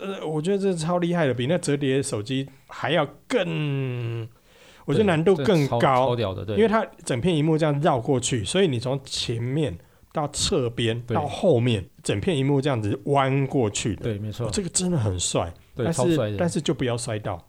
Speaker 2: 呃，我觉得这超厉害的，比那折叠手机还要更，我觉
Speaker 1: 对
Speaker 2: 得难度
Speaker 1: 这
Speaker 2: 更
Speaker 1: 超超
Speaker 2: 高，
Speaker 1: 屌的，对，
Speaker 2: 因为它整片荧幕这样绕过去，所以你从前面到侧边
Speaker 1: 对
Speaker 2: 到后面，整片荧幕这样子弯过去的，
Speaker 1: 对没
Speaker 2: 哦
Speaker 1: 错，
Speaker 2: 这个真的很帅，
Speaker 1: 对
Speaker 2: 但
Speaker 1: 超帅
Speaker 2: 是
Speaker 1: 的
Speaker 2: 但，是就不要摔到，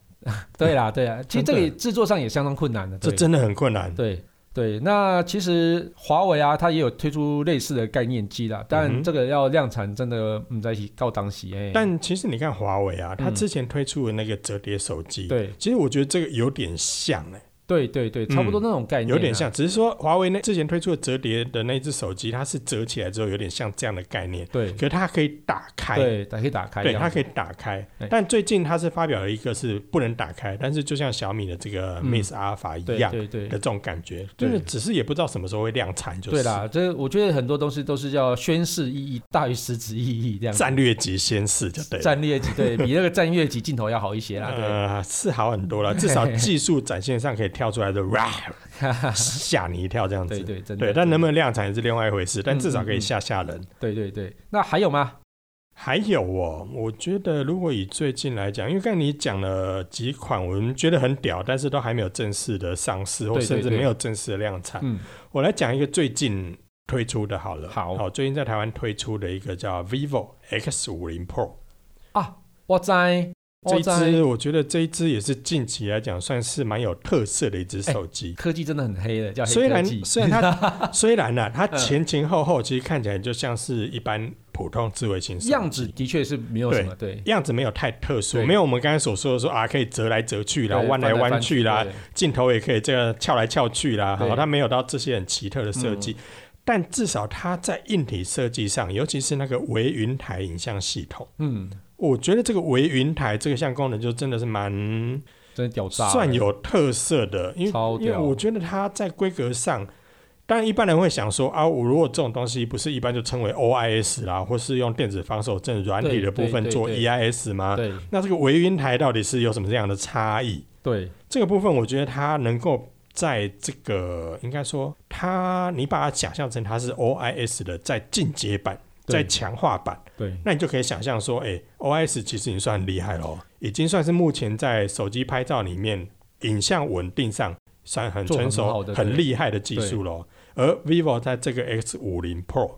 Speaker 1: 对啦对啦，其实
Speaker 2: 真
Speaker 1: 这
Speaker 2: 的
Speaker 1: 个制作上也相当困难的，
Speaker 2: 这
Speaker 1: 对
Speaker 2: 真的很困难。
Speaker 1: 对对，那其实华为啊，它也有推出类似的概念机啦，
Speaker 2: 嗯
Speaker 1: 但
Speaker 2: 哼
Speaker 1: 这个要量产真的嗯在一起高档洗哎，
Speaker 2: 但其实你看华为啊，它
Speaker 1: 嗯
Speaker 2: 之前推出的那个折叠手机，
Speaker 1: 对
Speaker 2: 其实我觉得这个有点像哎、
Speaker 1: 对对对，差不多
Speaker 2: 嗯
Speaker 1: 那种概念、啊
Speaker 2: 有点，像，只是说华为那之前推出的折叠的那只手机，它是折起来之后有点像这样的概念，
Speaker 1: 对
Speaker 2: 可是它可以打开，
Speaker 1: 对，它可以打开这
Speaker 2: 对，
Speaker 1: 样
Speaker 2: 它
Speaker 1: 子，
Speaker 2: 可以打开
Speaker 1: 对。
Speaker 2: 但最近它是发表了一个是不能打开，但是就像小米的这个
Speaker 1: 嗯
Speaker 2: Miss Alpha 一
Speaker 1: 对
Speaker 2: 样的
Speaker 1: 对对
Speaker 2: 这种感觉，
Speaker 1: 对
Speaker 2: 就是只是也不知道什么时候会量产，就是
Speaker 1: 对啦，这我觉得很多东西都是叫宣示意义大于实质意义这样子。
Speaker 2: 战略级先试就对了。嗯
Speaker 1: 战略级对比那个战略级镜头要好一些啦，对，
Speaker 2: 呃，是好很多了，至少技术展现上可以跳出来的哇，吓你一跳这样子。
Speaker 1: 对对，真的。
Speaker 2: 对，但能不能量产也是另外一回事，但至少可
Speaker 1: 嗯嗯
Speaker 2: 以
Speaker 1: 嗯
Speaker 2: 吓吓人。
Speaker 1: 对对对，那还有吗？
Speaker 2: 还有哦，我觉得如果以最近来讲，因为刚才你讲了几款，我们觉得很屌，但是都还没有正式的上市，或
Speaker 1: 对对
Speaker 2: 甚至
Speaker 1: 对
Speaker 2: 没有正式的量产。
Speaker 1: 嗯，
Speaker 2: 我来讲一个最近推出的好了，哦
Speaker 1: 好
Speaker 2: 最近在台湾推出的一个叫 vivo X 五零 Pro，
Speaker 1: 啊我在，
Speaker 2: 这
Speaker 1: 我
Speaker 2: 一
Speaker 1: 哦在
Speaker 2: 支，我觉得这一支也是近期来讲算是蛮有特色的一支手机。
Speaker 1: 科技真的很黑的，叫黑
Speaker 2: 虽
Speaker 1: 哎科
Speaker 2: 然
Speaker 1: 技。
Speaker 2: 虽然 它虽然呢、它
Speaker 1: 嗯
Speaker 2: 前前后后其实看起来就像是一般普通智慧型手机
Speaker 1: 样子的确是没有什么对，
Speaker 2: 样子没有太特殊，
Speaker 1: 对
Speaker 2: 没有我们刚才所说的说啊，可以折来折去啦，
Speaker 1: 对
Speaker 2: 弯来
Speaker 1: 翻
Speaker 2: 弯
Speaker 1: 翻
Speaker 2: 去啦，
Speaker 1: 对
Speaker 2: 镜头也可以这样翘来翘去啦，
Speaker 1: 对嗯
Speaker 2: 好，它没有到这些很奇特的设计。但至少它在硬体设计上，尤其是那个微云台影像系统，
Speaker 1: 嗯，
Speaker 2: 我觉得这个微云台这个项功能就真的是蛮
Speaker 1: 真的屌炸了，
Speaker 2: 算有特色的，因
Speaker 1: 超
Speaker 2: 为因为
Speaker 1: 屌
Speaker 2: 我觉得它在规格上，当然一般人会想说啊，我如果这种东西不是一般就称为 OIS 啦，或是用电子防守阵软体
Speaker 1: 对
Speaker 2: 的部分
Speaker 1: 对对
Speaker 2: 做
Speaker 1: 对
Speaker 2: EIS 吗？
Speaker 1: 对
Speaker 2: 那这个维云台到底是有什么这样的差异？
Speaker 1: 对
Speaker 2: 这个部分我觉得它能够在这个应该说它，你把它想象成它是 OIS 的在进阶版、
Speaker 1: 对
Speaker 2: 在强化版，
Speaker 1: 对
Speaker 2: 那你就可以想象说，哎、o i s 其实已经算很厉害咯，已经算是目前在手机拍照里面影像稳定上算很
Speaker 1: 做
Speaker 2: 成
Speaker 1: 得很
Speaker 2: 熟
Speaker 1: 好、的对
Speaker 2: 很厉害的技术咯。而 vivo 在这个 X 五零 Pro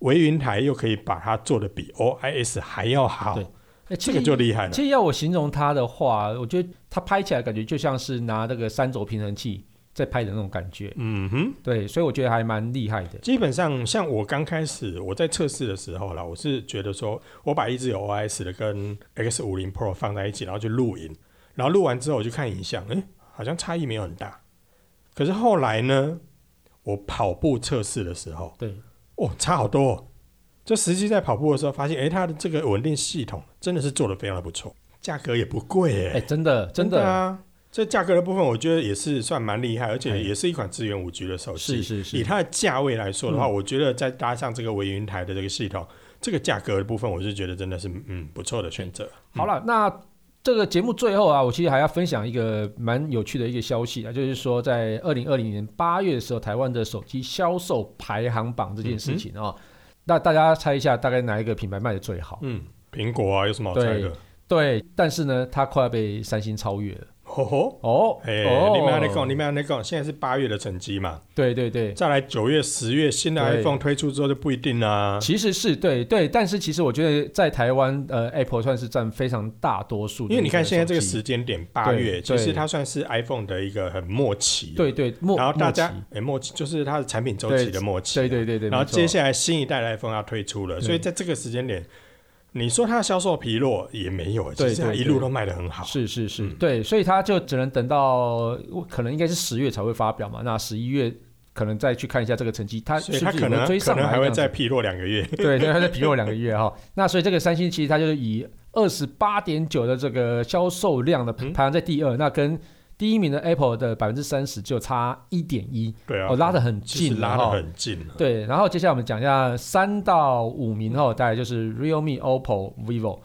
Speaker 2: 维云台又可以把它做的比 OIS 还要好
Speaker 1: 对，哎
Speaker 2: 这
Speaker 1: 其
Speaker 2: 个
Speaker 1: 实
Speaker 2: 就厉害了。
Speaker 1: 其实要我形容它的话，我觉得它拍起来感觉就像是拿那个三轴平衡器在拍的那种感觉，
Speaker 2: 嗯哼。
Speaker 1: 对，所以我觉得还蛮厉害的。
Speaker 2: 基本上，像我刚开始我在测试的时候啦，我是觉得说，我把一只有 OIS 的跟 X 五零 Pro 放在一起，然后去录影，然后录完之后我去看影像，诶，好像差异没有很大。可是后来呢，我跑步测试的时候，
Speaker 1: 对，
Speaker 2: 哦，差好多、哦。就实际在跑步的时候发现，诶，它的这个稳定系统真的是做的非常的不错，价格也不贵耶、
Speaker 1: 哎，真的真的
Speaker 2: 啊。这价格的部分，我觉得也是算蛮厉害，而
Speaker 1: 哎
Speaker 2: 且也是一款支援五 G 的手机。
Speaker 1: 是是嗯
Speaker 2: 以
Speaker 1: 是，
Speaker 2: 它的价位来说的话，我觉得再搭上这个维云台的这个系统，这个价格的部分，我是觉得真的是嗯不错的选择。
Speaker 1: 好了，那这个节目最后啊，我其实还要分享一个蛮有趣的一个消息啊，就是说在二零二零年八月的时候，台湾的手机销售排行榜这件事情啊、那大家猜一下，大概哪一个品牌卖的最好？
Speaker 2: 嗯，苹果啊，有什么好猜的？
Speaker 1: 对，但是呢，它快要被三星超越了。
Speaker 2: 吼吼，
Speaker 1: 哦，
Speaker 2: 哎、
Speaker 1: 哦
Speaker 2: 你们要那讲，你们要那讲，现在是八月的成绩嘛，
Speaker 1: 对对对，
Speaker 2: 再来九月、十月新的
Speaker 1: 对
Speaker 2: iPhone 推出之后就不一定啦、
Speaker 1: 其实是对对，但是其实我觉得在台湾，呃，Apple 算是占非常大多数的一手机。
Speaker 2: 因为你看现在这个时间点，八月，其
Speaker 1: 对
Speaker 2: 实它算是 iPhone 的一个很末期，，
Speaker 1: 对对，末
Speaker 2: 然后大家
Speaker 1: 末期
Speaker 2: 哎末期就是它的产品周期的末期，啊
Speaker 1: 对对对对，
Speaker 2: 然后
Speaker 1: 没错
Speaker 2: 接下来新一代的 iPhone 要推出了，
Speaker 1: 对
Speaker 2: 所以在这个时间点，你说它销售疲弱也没有，
Speaker 1: 对
Speaker 2: 其实它
Speaker 1: 对
Speaker 2: 一路都卖得很好。
Speaker 1: 是是是，
Speaker 2: 嗯
Speaker 1: 对，所以它就只能等到可能应该是十月才会发表嘛，那十一月可能再去看一下这个成绩，它
Speaker 2: 所以
Speaker 1: 啊是
Speaker 2: 它
Speaker 1: 不是
Speaker 2: 可
Speaker 1: 有没
Speaker 2: 能
Speaker 1: 有追
Speaker 2: 可
Speaker 1: 上来
Speaker 2: 能还会
Speaker 1: 这
Speaker 2: 再
Speaker 1: 样子
Speaker 2: 疲弱两个月，
Speaker 1: 对，对，它再疲弱两个月哈、那所以这个三星其实它就是以二十八点九的这个销售量的
Speaker 2: 嗯
Speaker 1: 排行在第二，那跟第一名的 Apple 的百分之三十就差一点一，
Speaker 2: 对啊，
Speaker 1: 哦，拉得很
Speaker 2: 其实
Speaker 1: 近了
Speaker 2: 拉
Speaker 1: 哈、
Speaker 2: 得很近了。
Speaker 1: 对，然后接下来我们讲一下三到五名后，大概就是 Realme、OPPO、vivo，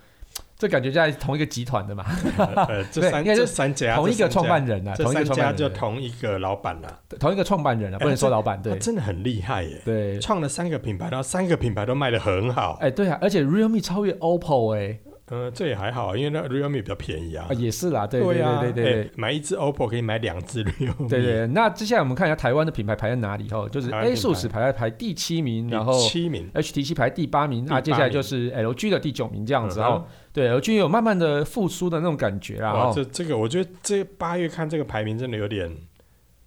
Speaker 1: 这感觉在同一个集团的嘛，
Speaker 2: 呃，这
Speaker 1: 对
Speaker 2: 三
Speaker 1: 应该
Speaker 2: 这
Speaker 1: 是
Speaker 2: 三家，
Speaker 1: 同一
Speaker 2: 这
Speaker 1: 个
Speaker 2: 三家
Speaker 1: 创办人啊，
Speaker 2: 这
Speaker 1: 同一个
Speaker 2: 三
Speaker 1: 创
Speaker 2: 家
Speaker 1: 办
Speaker 2: 就
Speaker 1: 人，
Speaker 2: 同一个老板了，
Speaker 1: 同一个创办人啊，
Speaker 2: 哎
Speaker 1: 不能说老板，
Speaker 2: 他
Speaker 1: 对
Speaker 2: 真的很厉害耶，
Speaker 1: 对，
Speaker 2: 创了三个品牌，然后三个品牌都卖得很好。
Speaker 1: 哎对啊，而且 Realme 超越 OPPO 哎，
Speaker 2: 嗯，这也还好，因为那 realme 比较便宜啊
Speaker 1: 啊。也是啦，对对
Speaker 2: 啊，
Speaker 1: 对对对
Speaker 2: 哎
Speaker 1: 对。
Speaker 2: 买一只 oppo 可以买两只 realme。
Speaker 1: 对对，那接下来我们看一下台湾的品牌排在哪里哦，就是
Speaker 2: 台湾品
Speaker 1: A
Speaker 2: 牌
Speaker 1: 数十排在排第七名，
Speaker 2: 第
Speaker 1: 然后
Speaker 2: 七名
Speaker 1: HTC 排第八名，
Speaker 2: 第
Speaker 1: 那、
Speaker 2: 八
Speaker 1: 啊、接下来
Speaker 2: 名
Speaker 1: 就是 LG 的第九名这样子
Speaker 2: 嗯
Speaker 1: 哦。对，LG 有慢慢的复苏的那种感觉啊、
Speaker 2: 哇，
Speaker 1: 哦。
Speaker 2: 这这个我觉得这八月看这个排名真的有点嗯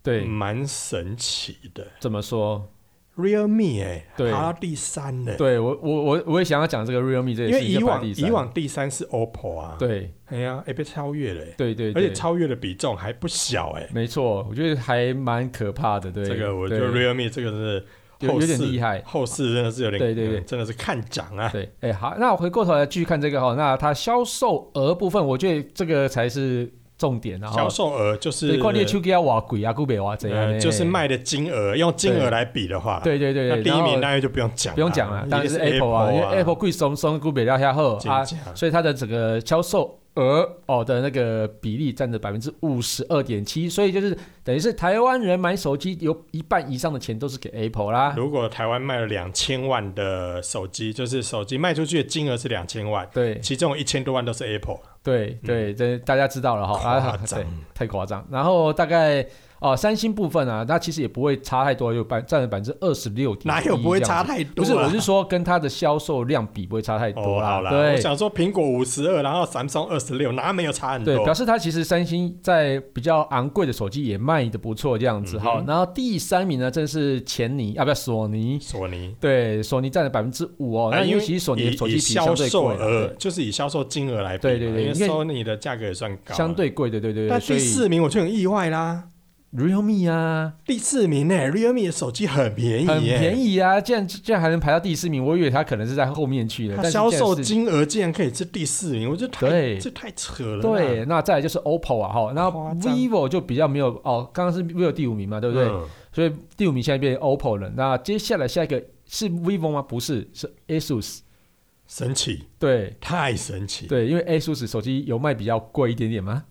Speaker 1: 对，
Speaker 2: 蛮神奇的。
Speaker 1: 怎么说？
Speaker 2: Realme 哎、
Speaker 1: 对
Speaker 2: 爬到第三呢、
Speaker 1: 对我我我我也想要讲这个 Realme 这
Speaker 2: 因
Speaker 1: 件
Speaker 2: 为
Speaker 1: 事
Speaker 2: 以
Speaker 1: 情，就排
Speaker 2: 往
Speaker 1: 第
Speaker 2: 以
Speaker 1: 三。
Speaker 2: 往第三是 OPPO 啊，，
Speaker 1: 对
Speaker 2: 哎呀，哎、被超越了、欸，
Speaker 1: 对对
Speaker 2: 而
Speaker 1: 对，
Speaker 2: 且超越的比重还不小哎、
Speaker 1: 没错，我觉得还蛮可怕的。对，
Speaker 2: 这个我觉
Speaker 1: 对
Speaker 2: 得 Realme 这个是
Speaker 1: 有
Speaker 2: 后
Speaker 1: 有点
Speaker 2: 世
Speaker 1: 厉害
Speaker 2: 后世真的是有点
Speaker 1: 对对对
Speaker 2: 嗯真的是看涨啊，
Speaker 1: 对，哎，好，那我回过头来继续看这个哈、哦，那它销售额部分，我觉得这个才是重点啊、哦。
Speaker 2: 销售额就是
Speaker 1: 对，看你的手机要挖贵啊，古北挖怎样
Speaker 2: 呃
Speaker 1: 呢？
Speaker 2: 就是卖的金额，用金额来比的话，，
Speaker 1: 对对对
Speaker 2: 那
Speaker 1: 对，
Speaker 2: 第一名
Speaker 1: 然后
Speaker 2: 当然就不用讲，
Speaker 1: 不用讲了，当
Speaker 2: 一
Speaker 1: 然
Speaker 2: 定
Speaker 1: 是啊
Speaker 2: 是啊
Speaker 1: Apple 啊，因为 Apple 贵松松，古北料下后
Speaker 2: 金
Speaker 1: 啊，
Speaker 2: 价
Speaker 1: 所以它的整个销售额哦的那个比例占着百分之五十二点七，所以就是等于是台湾人买手机有一半以上的钱都是给 Apple 啦。
Speaker 2: 如果台湾卖了两千万的手机，就是手机卖出去的金额是两千万，
Speaker 1: 对
Speaker 2: 其中一千多万都是 Apple，
Speaker 1: 对
Speaker 2: 嗯
Speaker 1: 对，这大家知道了哈，
Speaker 2: 夸
Speaker 1: 啊，
Speaker 2: 张
Speaker 1: 对，太夸张。然后大概哦，三星部分啊，它其实也不会差太多，有百占了百分之二十六点，
Speaker 2: 哪有不会差？太多、
Speaker 1: 不
Speaker 2: 啊？
Speaker 1: 是，我是说跟它的销售量比不会差太多
Speaker 2: 哦，
Speaker 1: 啦。
Speaker 2: 好啦，我
Speaker 1: 对，
Speaker 2: 想说苹果五十二，然后 Samsung 二十六，哪没有差很
Speaker 1: 对，表
Speaker 2: 多？
Speaker 1: 示它其实三星在比较昂贵的手机也卖的不错这样子。
Speaker 2: 嗯哼
Speaker 1: 好，然后第三名呢，正是前尼啊，不是索尼。
Speaker 2: 索尼，
Speaker 1: 对，索尼占了百分之五
Speaker 2: 啊
Speaker 1: 哦。那因为其实索尼
Speaker 2: 以
Speaker 1: 的手机
Speaker 2: 以
Speaker 1: 比
Speaker 2: 销
Speaker 1: 相对
Speaker 2: 售
Speaker 1: 贵啦，
Speaker 2: 额就是以销售金额来比嘛，
Speaker 1: 对对对
Speaker 2: 因为
Speaker 1: 因为
Speaker 2: Sony 的价格也算高，
Speaker 1: 对相。对贵，对对对对。
Speaker 2: 啊但第四名我就很意外啦，
Speaker 1: 所以 Realme 啊，
Speaker 2: 第四名呢、r e a l m e 的手机很便宜、耶
Speaker 1: 很便宜啊，竟然竟然还能排到第四名，我以为它可能是在后面去的。
Speaker 2: 它
Speaker 1: 但是
Speaker 2: 销
Speaker 1: 竟然
Speaker 2: 售
Speaker 1: 是
Speaker 2: 金额竟然可以是第四名，我觉得太
Speaker 1: 对
Speaker 2: 这太扯了啦。
Speaker 1: 对，那再来就是 OPPO 啊，哈，那
Speaker 2: 啊夸张
Speaker 1: vivo 就比较没有哦，刚刚是 vivo 第五名嘛，对
Speaker 2: 嗯，
Speaker 1: 不对？所以第五名现在变 OPPO 了。那接下来下一个是 vivo 吗？不是，是 ASUS。
Speaker 2: 神奇，
Speaker 1: 对
Speaker 2: 太神奇。
Speaker 1: 对，因为 ASUS 手机有卖比较贵一点点吗？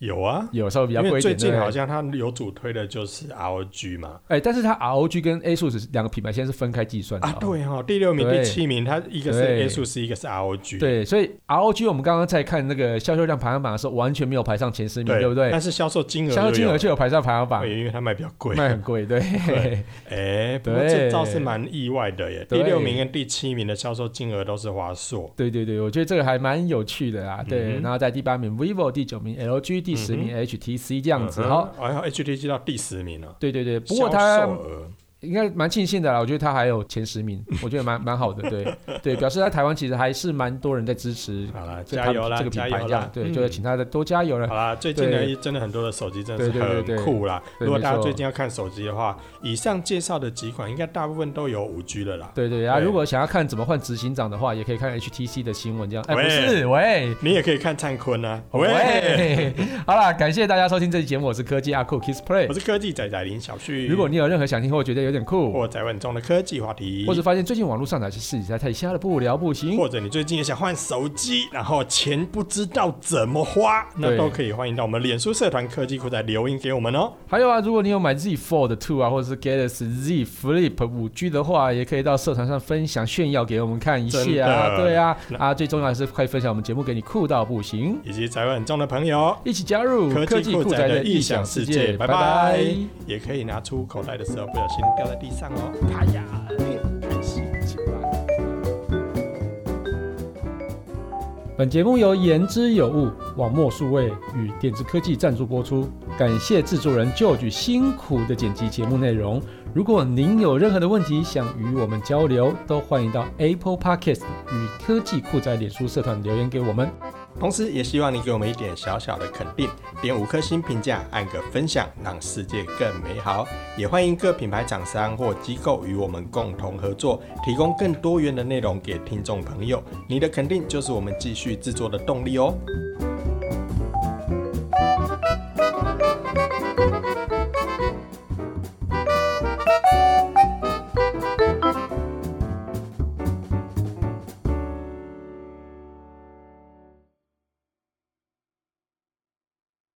Speaker 2: 有啊，
Speaker 1: 有稍微比较
Speaker 2: 因
Speaker 1: 贵
Speaker 2: 为
Speaker 1: 一点。
Speaker 2: 最
Speaker 1: 对
Speaker 2: 近
Speaker 1: 不对
Speaker 2: 好像它有主推的就是 ROG 嘛。
Speaker 1: 哎，但是它 ROG 跟 ASUS 两个品牌现在是分开计算的
Speaker 2: 啊
Speaker 1: 哦，
Speaker 2: 对哦，第六名、
Speaker 1: 对
Speaker 2: 第七名，它一个是
Speaker 1: 对
Speaker 2: ASUS，一个是 ROG。
Speaker 1: 对，所以 ROG 我们刚刚在看那个销售量排行榜的时候，完全没有排上前十名，对不对？
Speaker 2: 但是销售金额
Speaker 1: 销售金额
Speaker 2: 就
Speaker 1: 却有排上排行
Speaker 2: 有
Speaker 1: 榜，
Speaker 2: 对因为它卖比较贵。
Speaker 1: 卖 很贵，对。
Speaker 2: 对哎，不过
Speaker 1: 对
Speaker 2: 这倒是蛮意外的耶。
Speaker 1: 对
Speaker 2: 第六名跟第七名的销售金额都是华硕。
Speaker 1: 对对对，我觉得这个还蛮有趣的啊。对，
Speaker 2: 嗯哼嗯
Speaker 1: 然后在第八名 vivo，第九名 LG，第十名 HTC 这
Speaker 2: 这
Speaker 1: 样子。好，，
Speaker 2: 然后 HTC 到第十名了。
Speaker 1: 对对对，不过
Speaker 2: 销
Speaker 1: 它
Speaker 2: 售额
Speaker 1: 应该蛮庆幸的啦，我觉得它还有前十 名，我觉得蛮蛮好的。对对，表示在台湾其实还是蛮多人在支持
Speaker 2: 好啦，
Speaker 1: 这
Speaker 2: 加油啦，
Speaker 1: 这个品
Speaker 2: 加
Speaker 1: 牌
Speaker 2: 油
Speaker 1: 这
Speaker 2: 啦
Speaker 1: 样。，对，就是
Speaker 2: 嗯
Speaker 1: 请他的多加油了。
Speaker 2: 好啦，最近呢，
Speaker 1: 对
Speaker 2: 真的很多的手机真的是
Speaker 1: 对对对对
Speaker 2: 很酷啦。
Speaker 1: 对
Speaker 2: 如果
Speaker 1: 没
Speaker 2: 大家
Speaker 1: 错
Speaker 2: 最近要看手机的话，以上介绍的几款应该大部分都有五 G 了啦。
Speaker 1: 对对啊，
Speaker 2: 对
Speaker 1: 如果想要看怎么换执行长的话，也可以看 HTC 的新闻这样。哎，
Speaker 2: 喂
Speaker 1: 不是，喂。
Speaker 2: 你也可以看灿坤啊。喂，
Speaker 1: 哦喂， 好啦，感谢大家收听这期节目，我是科技阿酷 Kiss Play
Speaker 2: 我。是科技仔仔林小旭。
Speaker 1: 如果你有任何想听或觉得有点酷，
Speaker 2: 或在问中的科技话题，
Speaker 1: 或者发现最近网络上哪些事情实在太瞎了，不聊不行。
Speaker 2: 或者你最近也想换手机，然后钱不知道怎么花，那
Speaker 1: 对
Speaker 2: 都可以欢迎到我们脸书社团科技酷仔留言给我们哦。
Speaker 1: 还有啊，如果你有买 Z Fold Two 啊，或者是 Galaxy Z Flip 五 G 的话，也可以到社团上分享炫耀给我们看一
Speaker 2: 真
Speaker 1: 下
Speaker 2: 的
Speaker 1: 啊。对啊
Speaker 2: 那，
Speaker 1: 啊，最重要的是快分享我们节目给你酷到不行，
Speaker 2: 以及在问中的朋友，
Speaker 1: 一起加入
Speaker 2: 科技
Speaker 1: 技
Speaker 2: 酷
Speaker 1: 酷
Speaker 2: 宅
Speaker 1: 宅
Speaker 2: 的
Speaker 1: 的
Speaker 2: 异
Speaker 1: 异
Speaker 2: 想
Speaker 1: 想
Speaker 2: 世
Speaker 1: 世
Speaker 2: 界，
Speaker 1: 界，
Speaker 2: 拜
Speaker 1: 拜
Speaker 2: 拜
Speaker 1: 拜。
Speaker 2: 也可以拿出口袋的时候不小心掉在地上哦。哎呀，开心奇怪。
Speaker 1: 本节目由言之有物、网墨数位与点子科技赞助播出，感谢制作人 George 辛苦的剪辑节目内容。如果您有任何的问题想与我们交流，都欢迎到 Apple Podcast 与科技酷宅脸书社团留言给我们。
Speaker 2: 同时，也希望你给我们一点小小的肯定，点五颗星评价，按个分享，让世界更美好。也欢迎各品牌厂商或机构与我们共同合作，提供更多元的内容给听众朋友。你的肯定就是我们继续制作的动力哦。